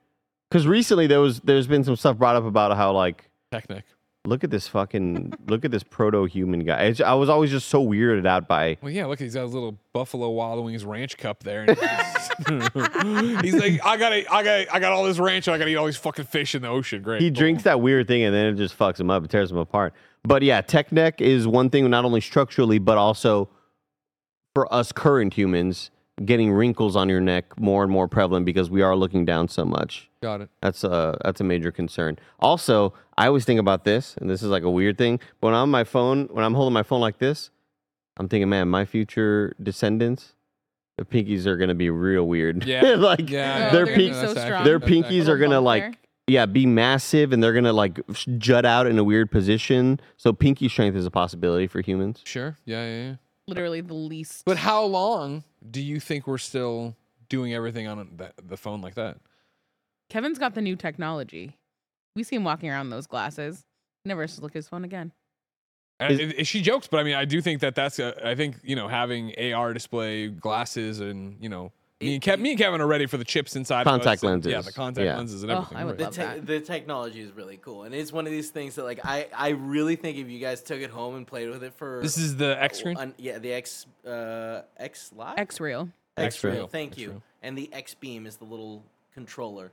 Because recently there was there's been some stuff brought up about how like
Tech neck.
look at this fucking look at this proto human guy. It's- I was always just so weirded out by
Well, yeah, look, he's got his little Buffalo Wild Wings ranch cup there. and he's like, I got to I got I got all this ranch and I got to eat all these fucking fish in the ocean. Great.
he drinks that weird thing and then it just fucks him up, it tears him apart. But yeah, tech neck is one thing not only structurally but also for us current humans getting wrinkles on your neck more and more prevalent because we are looking down so much.
Got it.
That's a that's a major concern. Also, I always think about this, and this is like a weird thing. But when I'm on my phone, when I'm holding my phone like this, I'm thinking, man, my future descendants, the pinkies are gonna be real weird.
Yeah.
like
Yeah.
their
they're
pink-
so
That's
strong.
accurate.
their
That's accurate.
pinkies are gonna
bump
like
there.
yeah be massive, and they're gonna like sh- jut out in a weird position. So pinky strength is a possibility for humans.
Sure. Yeah, yeah, yeah.
Literally the least.
But how long do you think we're still doing everything on the, the phone like that?
Kevin's got the new technology. We see him walking around in those glasses. Never has to look at his phone again.
And
Is-
Uh, it- it- she jokes, but I mean, I do think that that's. A, I think you know, having AR display glasses and you know, me and Kevin, me and Kevin are ready for the chips inside. of us
Contact
and- yeah,
lenses.
the contact
Yeah.
lenses and
Oh,
everything.
I would
right.
the,
love
te-
that.
the technology is really cool, and it's one of these things that like I, I really think if you guys took it home and played with it for
This is the X
Oh,
screen.
un- yeah the X uh, X live
X reel.
X-Reel,
X-Reel.
thank you
X-Reel.
and the X beam is the little controller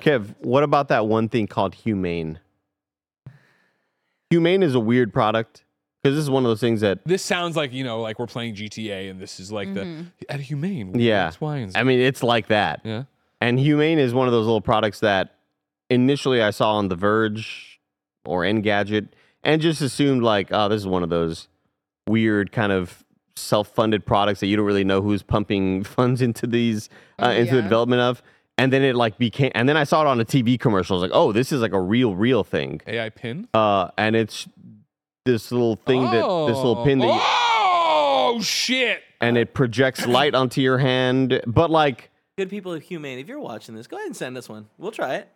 Kev, what about that one thing called Humane? Humane is a weird product because this is one of those things that
This sounds like you know, like we're playing GTA, and this is like
Mm-hmm.
the at a humane.
Yeah.
X, Y, and Z.
I mean, it's like that.
yeah.
And Humane is one of those little products that initially I saw on The Verge or Engadget and just assumed like, oh, this is one of those weird kind of self-funded products that you don't really know who's pumping funds into these uh,
Oh,
into the
yeah.
development of. And then it like became, and then I saw it on a TV commercial. I was like, oh, this is like a real, real thing.
AI pin.
Uh, and it's this little thing that this little pin that, you,
Oh shit!
and it projects light onto your hand. But like,
Good people of Humane, if you're watching this, go ahead and send us one. We'll try it.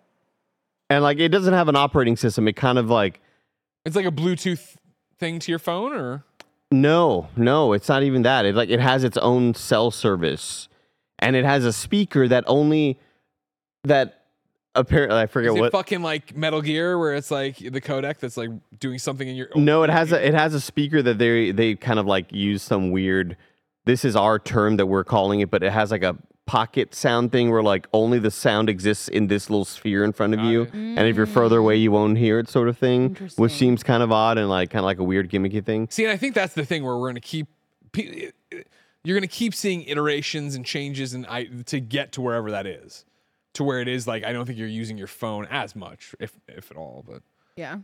and like, it doesn't have an operating system. It kind of like,
It's like a Bluetooth thing to your phone, or
No, no, it's not even that. It like it has its own cell service, and it has a speaker that only that apparently I forget
is
what.
it fucking like Metal Gear, where it's like the codec that's like doing something in your.
no, it has a it has a speaker that they they kind of like use some weird. This is our term that we're calling it, but it has like a pocket sound thing where like only the sound exists in this little sphere in front of
Got
you,
it.
and if you're further away, you won't hear it, sort of thing, which
Interesting.
seems kind of odd and like kind of like a weird gimmicky thing.
See, and I think that's the thing where we're gonna keep. pe- You're gonna keep seeing iterations and changes, and I to get to wherever that is, to where it is like I don't think you're using your phone as much, if if at all. But
Yeah.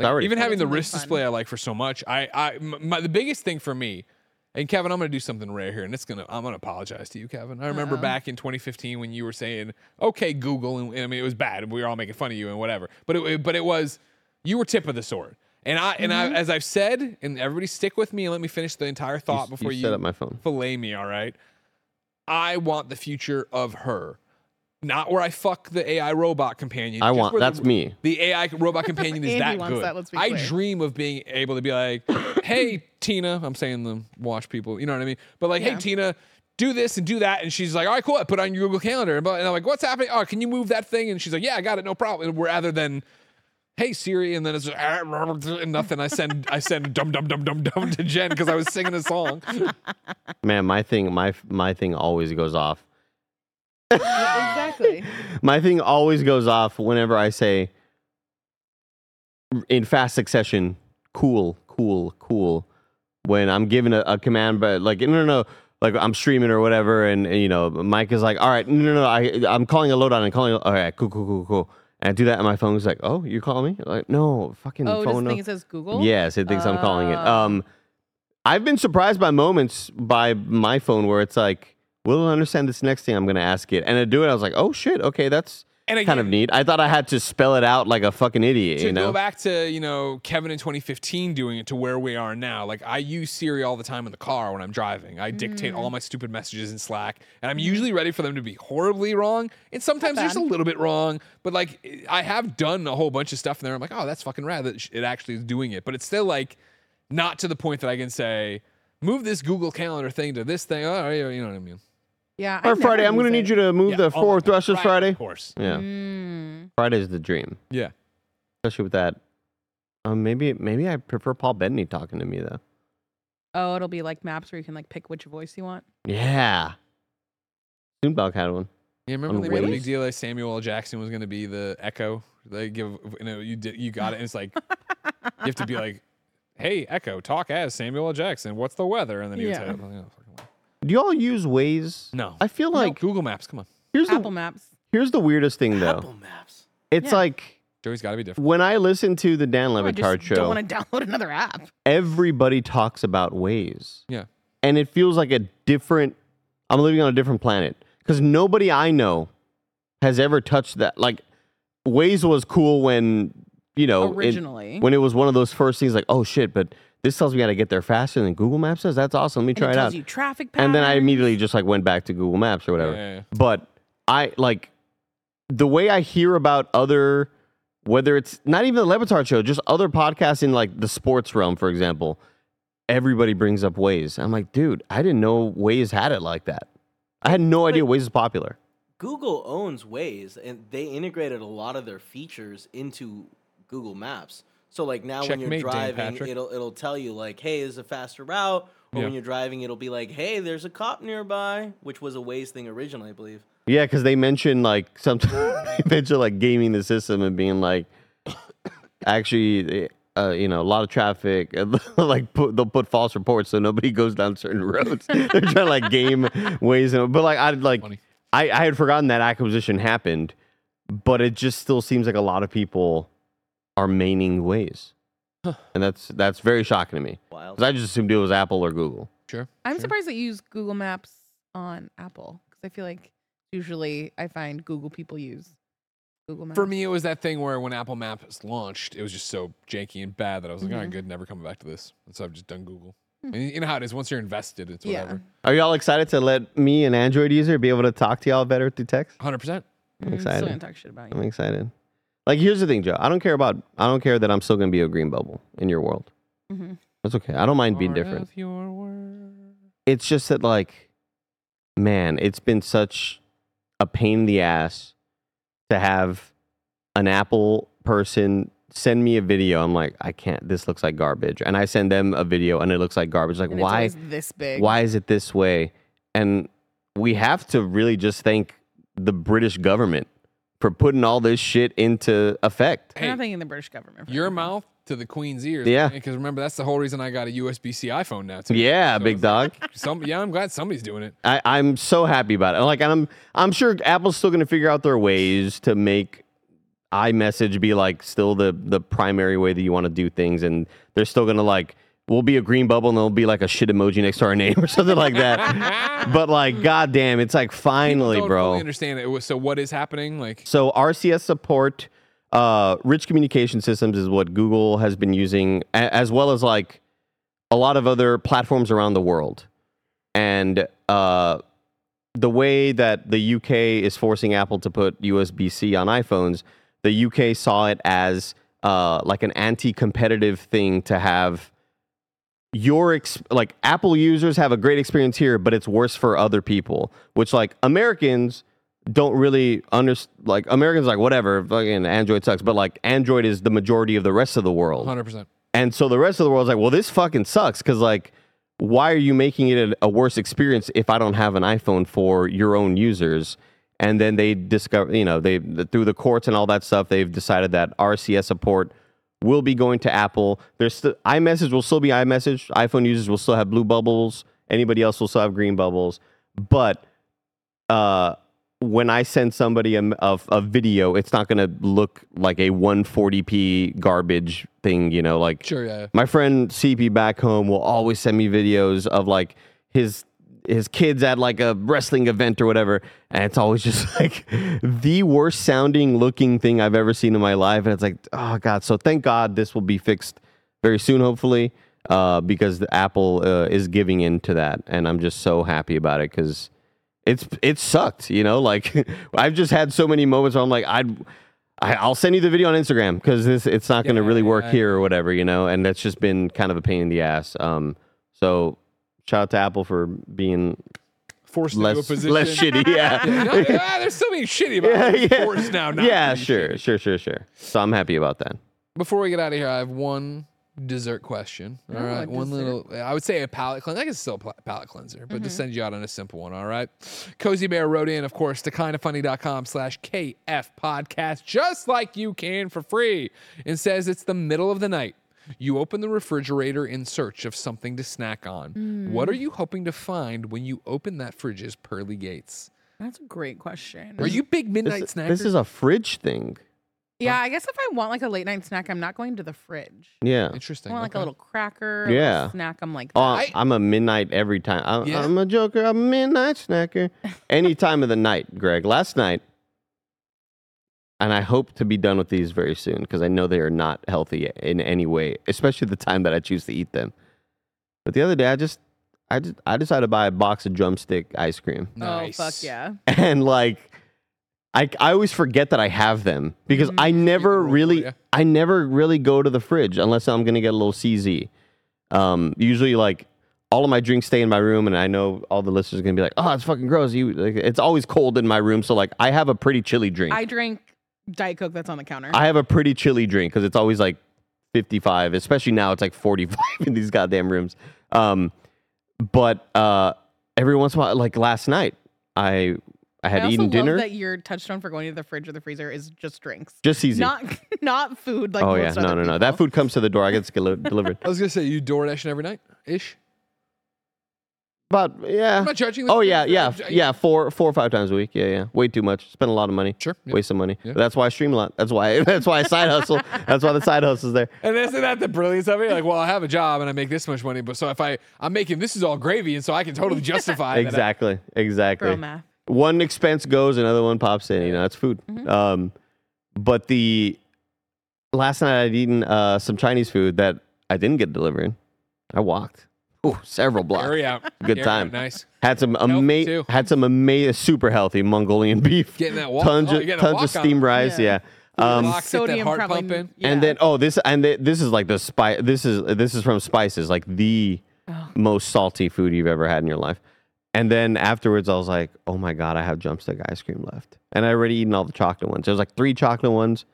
like,
already
even
fun.
having the
That's really
wrist
fun.
display, I like for so much. I I m- my, the biggest thing for me, and Kevin, I'm gonna do something rare here, and it's gonna I'm gonna apologize to you, Kevin. I remember back in 2015 when you were saying, "Okay, Google," and, and I mean it was bad. We were all making fun of you and whatever, but it- it but it was you were tip of the sword. And I and
Mm-hmm.
I, as I've said, and everybody stick with me and let me finish the entire
You
thought
s-
before
you
you,
set up my phone.
fillet me, all right? I want the future of her. Not where I fuck the AI robot companion.
I
just
want-
where the-
that's me.
The AI robot companion is
Andy
that
wants
good.
that, let's be
I
clear.
dream of being able to be like, "Hey Tina," I'm saying the watch people, you know what I mean? But like, "Hey Tina, do this and do that," and she's like, "All right, cool." I put it on your Google Calendar, and bu- and I'm like, "What's happening? Oh, can you move that thing?" And she's like, "Yeah, I got it, no problem." And rather than hey Siri, and then it's just, "Ah, blah, blah, blah," and nothing. I send I send dum dum dum dum dum to Jen because I was singing a song.
Man, my thing, my my thing always goes off.
exactly.
my thing always goes off whenever I say in fast succession, cool, cool, cool. When I'm given a, a command, but like, no, no, no, like I'm streaming or whatever, and, and, you know, Mike is like, all right, no, no, no, I, I'm calling a loadout and calling, all right, cool, cool, cool, cool. And I do that, and my phone's like, oh, you call me? Like, no, fucking
Oh, does
phone.
the
no.
thing it says Google?
Yes, it thinks I'm calling it.
Oh.
Um, I've been surprised by moments by my phone where it's like, "Will it understand this next thing I'm going to ask it?" And I do it. I was like, "Oh shit, okay, that's
And
kind of
again-
neat." I thought I had to spell it out like a fucking idiot,
to
you know?
go back to you know Kevin in 2015 doing it to where we are now. Like I use Siri all the time in the car when I'm driving. I dictate all my stupid messages in Slack, and I'm usually ready for them to be horribly wrong. And sometimes they're just a little bit wrong, but like I have done a whole bunch of stuff in there. I'm like, oh, that's fucking rad that sh- it actually is doing it. But it's still like not to the point that I can say move this Google Calendar thing to this thing. Oh, yeah, you know what I mean?
Yeah. I
Or Friday,
never
I'm going to
use
need
it.
you to move
Yeah,
the
oh my
four
God,
thrusters Friday.
Of course.
Yeah,
Mm.
Friday's the dream,
Yeah.
especially with that. Um, maybe maybe I prefer Paul Bettany talking to me though.
Oh, it'll be like maps where you can like pick which voice you want.
Yeah, Soonbog had one.
Yeah, remember
On
when they made a
Waze?
big deal like Samuel L. Jackson was going to be the Echo. They give you know you did you got it. And it's like you have to be like, hey Echo, talk as Samuel L. Jackson. What's the weather? And then you
Yeah.
would say, "Oh, yeah, fucking well."
Do y'all use Waze?
no.
I feel like
Google Maps. Come on,
here's
Apple
the
Maps.
here's the weirdest thing though.
Apple Maps.
It's
Yeah.
like
Joey's got to be different.
when I listen to the Dan
I
Levitard
just don't
show,
want to download another app.
everybody talks about Waze.
Yeah.
And it feels like a different, I'm living on a different planet because nobody I know has ever touched that. Like, Waze was cool when, you know, it-
Originally.
Oh, when it was one of those first things like, oh shit, but this tells me how to get there faster than Google Maps does. That's awesome. Let me
And
try
it
it,
tells
out.
you traffic patterns.
and then I immediately just like went back to Google Maps or whatever.
Yeah, yeah, yeah.
But I like the way I hear about other whether it's not even the Levitard show, just other podcasts in like the sports realm, for example, everybody brings up Waze. I'm like, dude, I didn't know Waze had it like that. I had no idea Waze is popular.
Google owns Waze, and they integrated a lot of their features into Google Maps. So like now when you're
Checkmate, Dan
driving,
Patrick.
it'll it'll tell you like, hey, is a faster route. Or
Yeah.
when you're driving, it'll be like, hey, there's a cop nearby, which was a Waze thing originally, I believe.
Yeah, because they mention like sometimes they mention like gaming the system and being like, actually, uh, you know, a lot of traffic. and like put, they'll put false reports so nobody goes down certain roads. They're trying to like game ways, and, but like I like
Funny.
I, I had forgotten that acquisition happened, but it just still seems like a lot of people are maining ways, and that's that's very shocking to me
Wild.
because I just assumed it was Apple or Google.
Sure.
I'm
sure.
surprised that you use Google Maps on Apple because I feel like Usually, I find Google people use Google Maps.
For me, it was that thing where when Apple Maps launched, it was just so janky and bad that I was like, all right,
Mhm.
good, never coming back to this. And so I've just done Google.
Hmm.
And you know how it is. Once you're invested, it's
Yeah. Mm,
whatever.
Are y'all excited to let me, an Android user, be able to talk to y'all better through text?
100%.
I'm
excited.
Still gonna talk shit about you.
I'm excited. Like, here's the thing, Joe. I don't care about. I don't care that I'm still gonna be a green bubble in your world.
Mhm.
That's okay. I don't mind being
Part
different.
of your world.
it's just that like man it's been such a pain in the ass to have an apple person send me a video i'm like i can't this looks like garbage and i send them a video and it looks like garbage like
And it's
why
always this big?
why is it this way and we have to really just thank the british government for putting all this shit into effect
I'm
Hey,
not thinking the British government. for
your
anything.
mouth to the queen's ears.
Yeah.
Because remember, that's the whole reason I got a USB C iPhone now. Too.
yeah
So
big
it's
dog
like, Some, yeah, I'm glad somebody's doing it.
I, I'm so happy about it. Like, and I'm I'm sure Apple's still going to figure out their ways to make iMessage be like still the the primary way that you want to do things, and they're still going to like we'll be a green bubble and there'll be like a shit emoji next to our name or something like that. but like, goddamn, it's like
People
finally,
don't
bro.
Really understand it. So what is happening? Like,
So RCS support, uh, rich communication systems is what Google has been using, a- as well as like a lot of other platforms around the world. And uh, the way that the UK is forcing Apple to put USB C on iPhones, the UK saw it as uh, like an anti-competitive thing to have your ex- like Apple users have a great experience here, but it's worse for other people. Which like Americans don't really understand. Like Americans, like whatever, fucking Android sucks, but like Android is the majority of the rest of the world,
100%.
and so the rest of the world's like, well, this fucking sucks because like. Why are you making it a- a worse experience if I don't have an iPhone for your own users? And then they discover, you know, they through the courts and all that stuff, they've decided that RCS support will be going to Apple. There's still iMessage will still be iMessage. iPhone users will still have blue bubbles. Anybody else will still have green bubbles. But uh, when I send somebody a, a, a video, it's not going to look like a 140p garbage thing, you know, like
Sure, yeah.
my friend CP back home will always send me videos of like his his kids at like a wrestling event or whatever, and it's always just like the worst sounding looking thing I've ever seen in my life, and it's like oh god. So thank God this will be fixed very soon, hopefully, uh, because the Apple uh, is giving in to that, and I'm just so happy about it because it's it sucked, you know. Like I've just had so many moments where I'm like, I'd, I I'll send you the video on Instagram because this it's not going to
Yeah,
really work
yeah.
here or whatever, you know. And that's just been kind of a pain in the ass. Um, so shout out to Apple for being
Forced into a
less
position.
less shitty. Yeah,
No, ah, there's so many shitty about
yeah,
it. It's
yeah.
Forced now. Not
yeah,
to be
sure,
shitty.
sure, sure, sure. So I'm happy about that.
Before we get out of here, I have one dessert question. All
Ooh,
right,
a
one
dessert. Mm-hmm.
little. I would say a palate cleanser. I guess it's still a pla- palate cleanser, but to send you out on a simple one. All right, Cozy Bear wrote in, of course, to kindoffunny.com slash kf podcast, just like you can for free, and says it's the middle of the night. You open the refrigerator in search of something to snack on. What are
Mm.
you hoping to find when you open that fridge's pearly gates?
That's a great question.
Are you big midnight
This,
snackers?
this is a fridge thing.
Yeah, I guess if I want like a late night snack, I'm not going to the fridge.
Yeah.
interesting.
I want like a
okay.
little cracker, a little
Yeah.
snack. I'm like,
Oh,
I-
I'm a midnight every time. I'm,
Yeah.
I'm a joker. I'm a midnight snacker. Any time of the night, Greg. Last night, and I hope to be done with these very soon because I know they are not healthy in any way, especially the time that I choose to eat them. But the other day, I just, I just, I decided to buy a box of drumstick ice cream
oh fuck
Nice.
yeah.
and like I, I always forget that I have them because
Mm-hmm.
I never
roll
really
for ya.
I never really go to the fridge unless I'm gonna get a little CZ. Um, usually like all of my drinks stay in my room and I know all the listeners are gonna be like, oh, it's fucking gross. You like, it's always cold in my room, so like I have a pretty chilly drink.
I
I,
drink Diet Coke that's on the counter.
have a pretty chilly drink because it's always like 55, especially now it's like 45 in these goddamn rooms. Um, but uh, every once in a while, like last night, I I had
I also
eaten
love
dinner.
that your touchdown for going to the fridge or the freezer is just drinks,
just easy.
not not food. Like
oh yeah,
most
no,
other
no, no. That
people.
food comes to the door. I get skil- delivered.
I was gonna say you door dashing every night ish.
But yeah.
I'm not judging.
Oh
this.
yeah, yeah,
I- I-
yeah. Four, four or five times a week. Yeah, yeah. Way too much. Spend a lot of money.
Sure, yeah.
Waste some money.
Yeah.
That's why I stream a lot. That's why. That's why I side hustle. That's why the side hustle's there.
And isn't that the brilliance of it? Like, well, I have a job and I make this much money, but so if I I'm making this is all gravy, and so I can totally justify that I-
Exactly. Exactly.
Girl math.
one expense goes, another one pops in. You know, that's food. Um, but the last night I'd eaten uh, some Chinese food that I didn't get delivered. I walked. Ooh, several blocks.
Hurry out.
Good
Carry out.
time.
Nice.
Had some
Healthy,
amazing,
too.
had some amazing, super healthy Mongolian beef.
Getting that walk-
Tons
oh,
of
you're getting a
tons
walk
of
on.
steamed rice. Yeah. Um,
Walk, get that heart pumping.
and
yeah.
then oh this and th- this is like the spice this is this is from spices like the most salty food you've ever had in your life and then afterwards i was like oh my god i have jumpstick ice cream left and i already eaten all the chocolate ones there's like three chocolate ones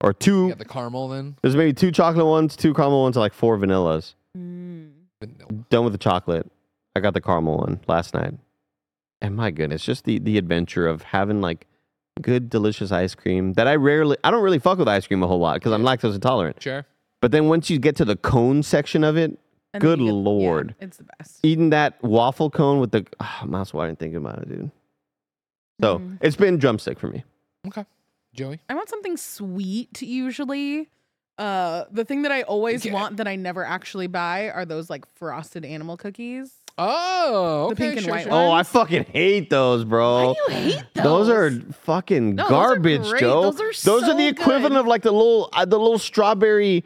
or two
Got the caramel then.
there's maybe two chocolate ones two caramel ones and like four vanillas
Vanilla.
done with the chocolate i got the caramel one last night and my goodness just the the adventure of having like good delicious ice cream that i rarely i don't really fuck with ice cream a whole lot because i'm lactose intolerant
Sure.
but then once you get to the cone section of it,
And then
good
you get- yeah,
lord,
it's the best.
eating that waffle cone with the oh, mouse. Why I didn't think about it, dude? So
Mm-hmm.
it's been drumstick for me.
Okay. Joey.
I want something sweet usually. Uh, the thing that I always
Yeah.
want that I never actually buy are those like frosted animal cookies.
Oh,
The
okay.
pink and
sure,
white
sure.
one.
Oh, I fucking hate those,
Why
bro.
do you hate those?
Oh, Those are fucking
No, those are
garbage,
great.
Joe.
Those are so
the equivalent
good.
of like the little uh, the little strawberry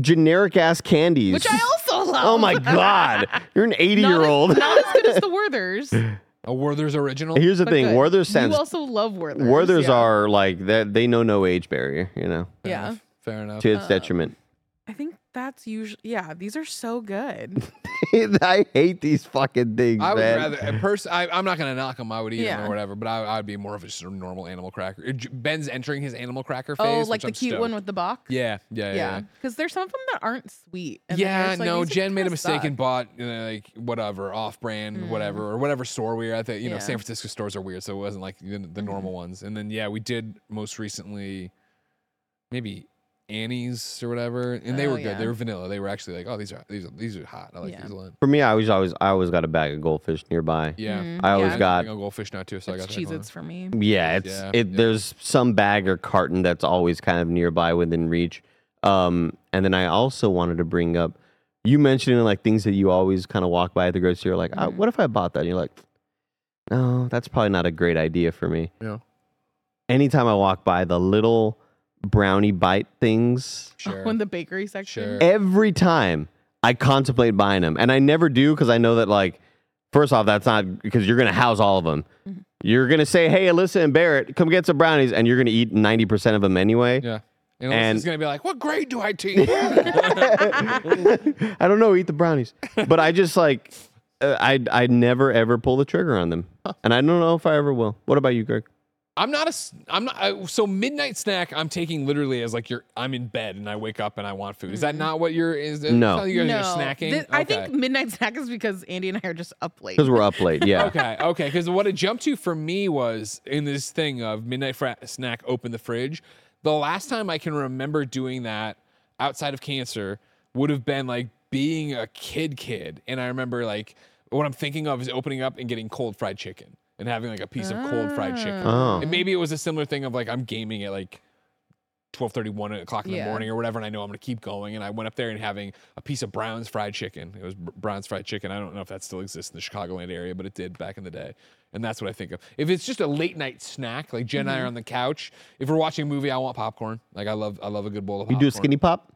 generic ass candies.
which I also love.
oh my god, you're an eighty
Not
year
as-
old.
Not as good as the Werthers.
A Werther's original.
Here's the
but
thing,
good.
Werther's
You
sense.
also love Werthers.
Werther's
yeah.
are like that. They know no age barrier, you know,
Fair
Yeah.
Enough. Fair enough.
to
Uh.
its detriment.
I think that's usually yeah. These are so good.
I hate these fucking things,
I would
man.
rather a person. I, I'm not gonna knock him. I would eat him
Yeah.
or whatever, but I, I'd be more of a sort of normal animal cracker. Uh, J- Ben's entering his animal cracker phase.
oh,
which
like the
I'm
cute
stoked.
one with the box.
Yeah, yeah, yeah.
yeah.
yeah.
Because there's some of them that aren't sweet. and then you're
yeah,
just like,
no.
these are
Jen made a
kinda
mistake
suck.
and bought you know, like whatever off-brand, whatever or whatever store we were at. That you know,
Hmm. Yeah. Hmm.
San Francisco stores are weird, so it wasn't like the, the normal ones. And then yeah, we did most recently, maybe Annie's or whatever, and they
Oh,
were good. They
yeah.
were vanilla. They were actually like, oh, these are these are these are hot. I like
Yeah.
these a lot.
For me, I always, always, I always got a bag of goldfish nearby.
Yeah,
Mhm.
I always
Yeah.
got,
I got goldfish now too, so I got
It's
that Mm, going on.
Cheez-Its for me. Oh,
yeah, it's
Yeah,
it.
yeah.
There's some bag or carton that's always kind of nearby within reach. Um, and then I also wanted to bring up, you mentioned like things that you always kind of walk by at the grocery store, like, "Ah, what if I bought that? And you're like, no, that's probably not a great idea for me.
Yeah.
Anytime I walk by the little brownie bite things,
Sure.
When the bakery section.
Sure.
every time I contemplate buying them, and I never do because I know that like, first off, that's not because you're gonna house all of them. You're gonna say, "Hey, Alyssa and Barrett, come get some brownies," and you're gonna eat ninety percent of them anyway.
Yeah. And,
And-
it's going to be like, what grade do I teach?
I don't know, eat the brownies, but I just like, uh, I I never ever pull the trigger on them, and I don't know if I ever will. What about you, Greg?
I'm not a, s- I'm not, I, so midnight snack, I'm taking literally as like you're, I'm in bed and I wake up and I want food. Is that not what you're, is that
No.
how you guys
no,
are snacking?
Th- I think
Okay.
midnight snack is because Andy and I are just up late.
Because we're up late. Yeah.
okay, okay. Because what it jumped to for me was in this thing of midnight fra- snack, open the fridge. The last time I can remember doing that outside of cancer would have been like being a kid, kid. And I remember like what I'm thinking of is opening up and getting cold fried chicken and having like a piece of cold fried chicken.
Oh.
And maybe it was a similar thing of like I'm gaming at like 12:30, 1 o'clock in the
Yeah.
morning or whatever, and I know I'm gonna keep going. And I went up there and having a piece of Brown's fried chicken. It was Br- Brown's fried chicken. I don't know if that still exists in the Chicagoland area, but it did back in the day. And that's what I think of. If it's just a late night snack, like Jen and I
Mm-hmm.
are on the couch. If we're watching a movie, I want popcorn. Like I love, I love a good bowl of
You
popcorn.
do a skinny pop?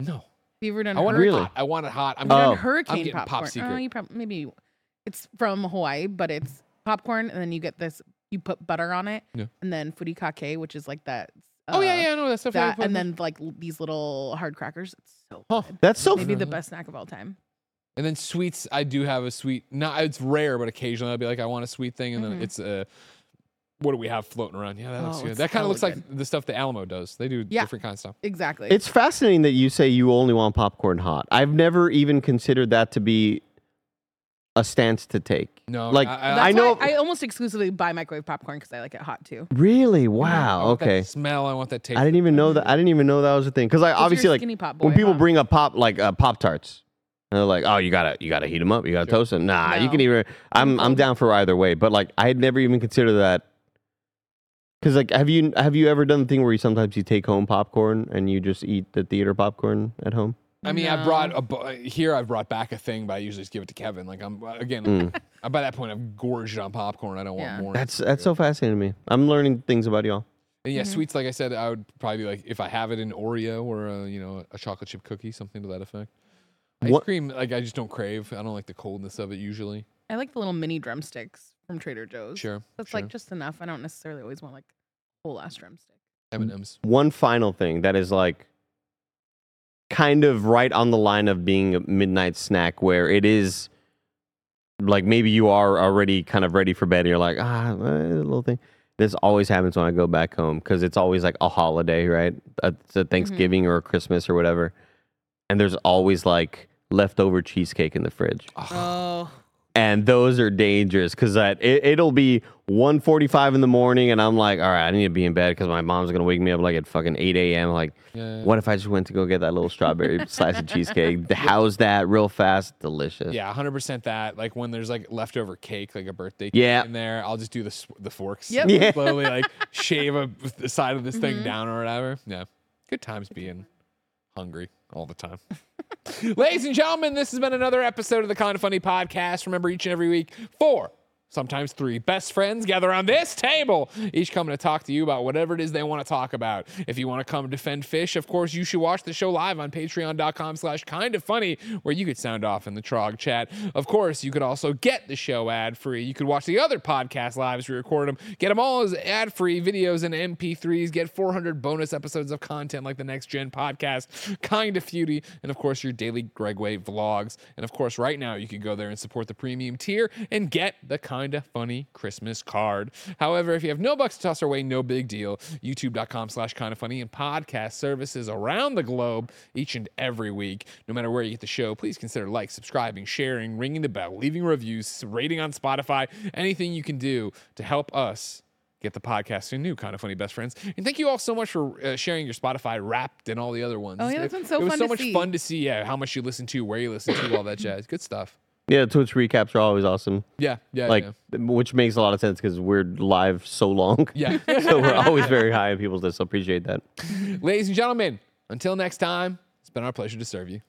No,
Have you ever done
I want it
Really?
hot. I want it hot. I'm
Have you
Oh.
done hurricane
getting Pop
popcorn? Oh,
Secret.
you probably maybe it's from Hawaii, but it's popcorn, and then you get this. You put butter on it,
Yeah.
and then furikake, which is like that.
oh yeah,
uh,
yeah, no, that's stuff. I
That,
put-
and then like l- these little hard crackers. It's so
Huh.
good.
That's so.
maybe
F-
the
Mm-hmm.
best snack of all time.
And then sweets, I do have a sweet. Not it's rare, but occasionally I'll be like, I want a sweet thing, and then it's uh What do we have floating around? Yeah, that looks
Mm-hmm. Oh,
good.
it's
That kind of
hella
looks like
good.
the stuff the Alamo does. They do
Yeah.
different kind of stuff.
Exactly.
it's fascinating that you say you only want popcorn hot. I've never even considered that to be a stance to take.
No,
like
Uh, I-
I,
That's
know.
Why I almost exclusively buy microwave popcorn because I like it hot too.
really?
I
Wow.
want that
Okay.
smell. I want that taste.
I didn't even know that. I didn't even know that was a thing. Because I
your
obviously like
skinny pop
when
boy,
people
huh?
bring up pop like uh, pop tarts, and they're like, "Oh, you gotta you gotta heat them up. You gotta toast them." Nah, you
No.
can even. I'm I'm down for either way. But like, I had never even considered that. Because like, have you have you ever done the thing where you sometimes you take home popcorn and you just eat the theater popcorn at home?
I mean, I
No.
brought a bu- here. I've brought back a thing, but I usually just give it to Kevin. Like I'm again. I- by that point, I've gorged on popcorn. I don't want
Yeah.
more.
Mm. That's that's so fascinating to me. I'm learning things about y'all.
And
Mm-hmm.
yeah, sweets. Like I said, I would probably be like if I have it in Oreo or a, you know a chocolate chip cookie, something to that effect. Ice
What-
cream, like I just don't crave. I don't like the coldness of it usually.
I like the little mini drumsticks from Trader Joe's.
Sure,
That's like just enough. I don't necessarily always want like a whole ass drumstick.
M and M's.
One final thing that is like kind of right on the line of being a midnight snack where it is like maybe you are already kind of ready for bed and you're like, ah, eh, little thing. This always happens when I go back home because it's always like a holiday, right? Uh, It's a Thanksgiving or a Christmas or whatever. And there's always like leftover cheesecake in the fridge.
Ah,
Oh,
and those are dangerous because that it, it'll be 1.45 in the morning and i'm like all right i need to be in bed because my mom's gonna wake me up like at fucking 8 a.m like
Yeah.
what if i just went to go get that little strawberry slice of cheesecake how's that real fast delicious
Yeah, hundred percent that. Like when there's like leftover cake, like a birthday cake
Yeah.
in there, I'll just do the s- the forks.
Yep. Mm-hmm.
Yeah.
Slowly like shave a the side of this thing down or whatever. Yeah. Good times being hungry all the time. Ladies and gentlemen, this has been another episode of the Kind of Funny podcast. Remember, each and every week, four, sometimes three best friends gather on this table, each coming to talk to you about whatever it is they want to talk about. If you want to come defend fish, of course, you should watch the show live on patreon.com slash kind of funny, where you could sound off in the trog chat. Of course, you could also get the show ad free. You could watch the other podcast lives, we record them, get them all as ad free videos and MP3s, get 400 bonus episodes of content like the Next Gen podcast, Kind of Feudy, and of course, your daily Gregway vlogs. And of course, right now, you could go there and support the premium tier and get the Kind of Funny Christmas card. However, if you have no bucks to toss our way, no big deal. YouTube.com slash Kind of Funny and podcast services around the globe each and every week. No matter where you get the show, please consider like, subscribing, sharing, ringing the bell, leaving reviews, rating on Spotify, anything you can do to help us get the podcast to new kind of funny best friends. And thank you all so much for uh, sharing your Spotify Wrapped and all the other ones.
Oh, yeah,
It-
that's been so
It was
fun
so
to
much
see.
fun to see yeah, how much you listen to, where you listen to, all that jazz. Good stuff.
yeah twitch recaps are always awesome
Yeah, yeah,
like
yeah.
which makes a lot of sense because we're live so long
Yeah.
so we're always very high in people's lists so appreciate that
Ladies and gentlemen, until next time, it's been our pleasure to serve you.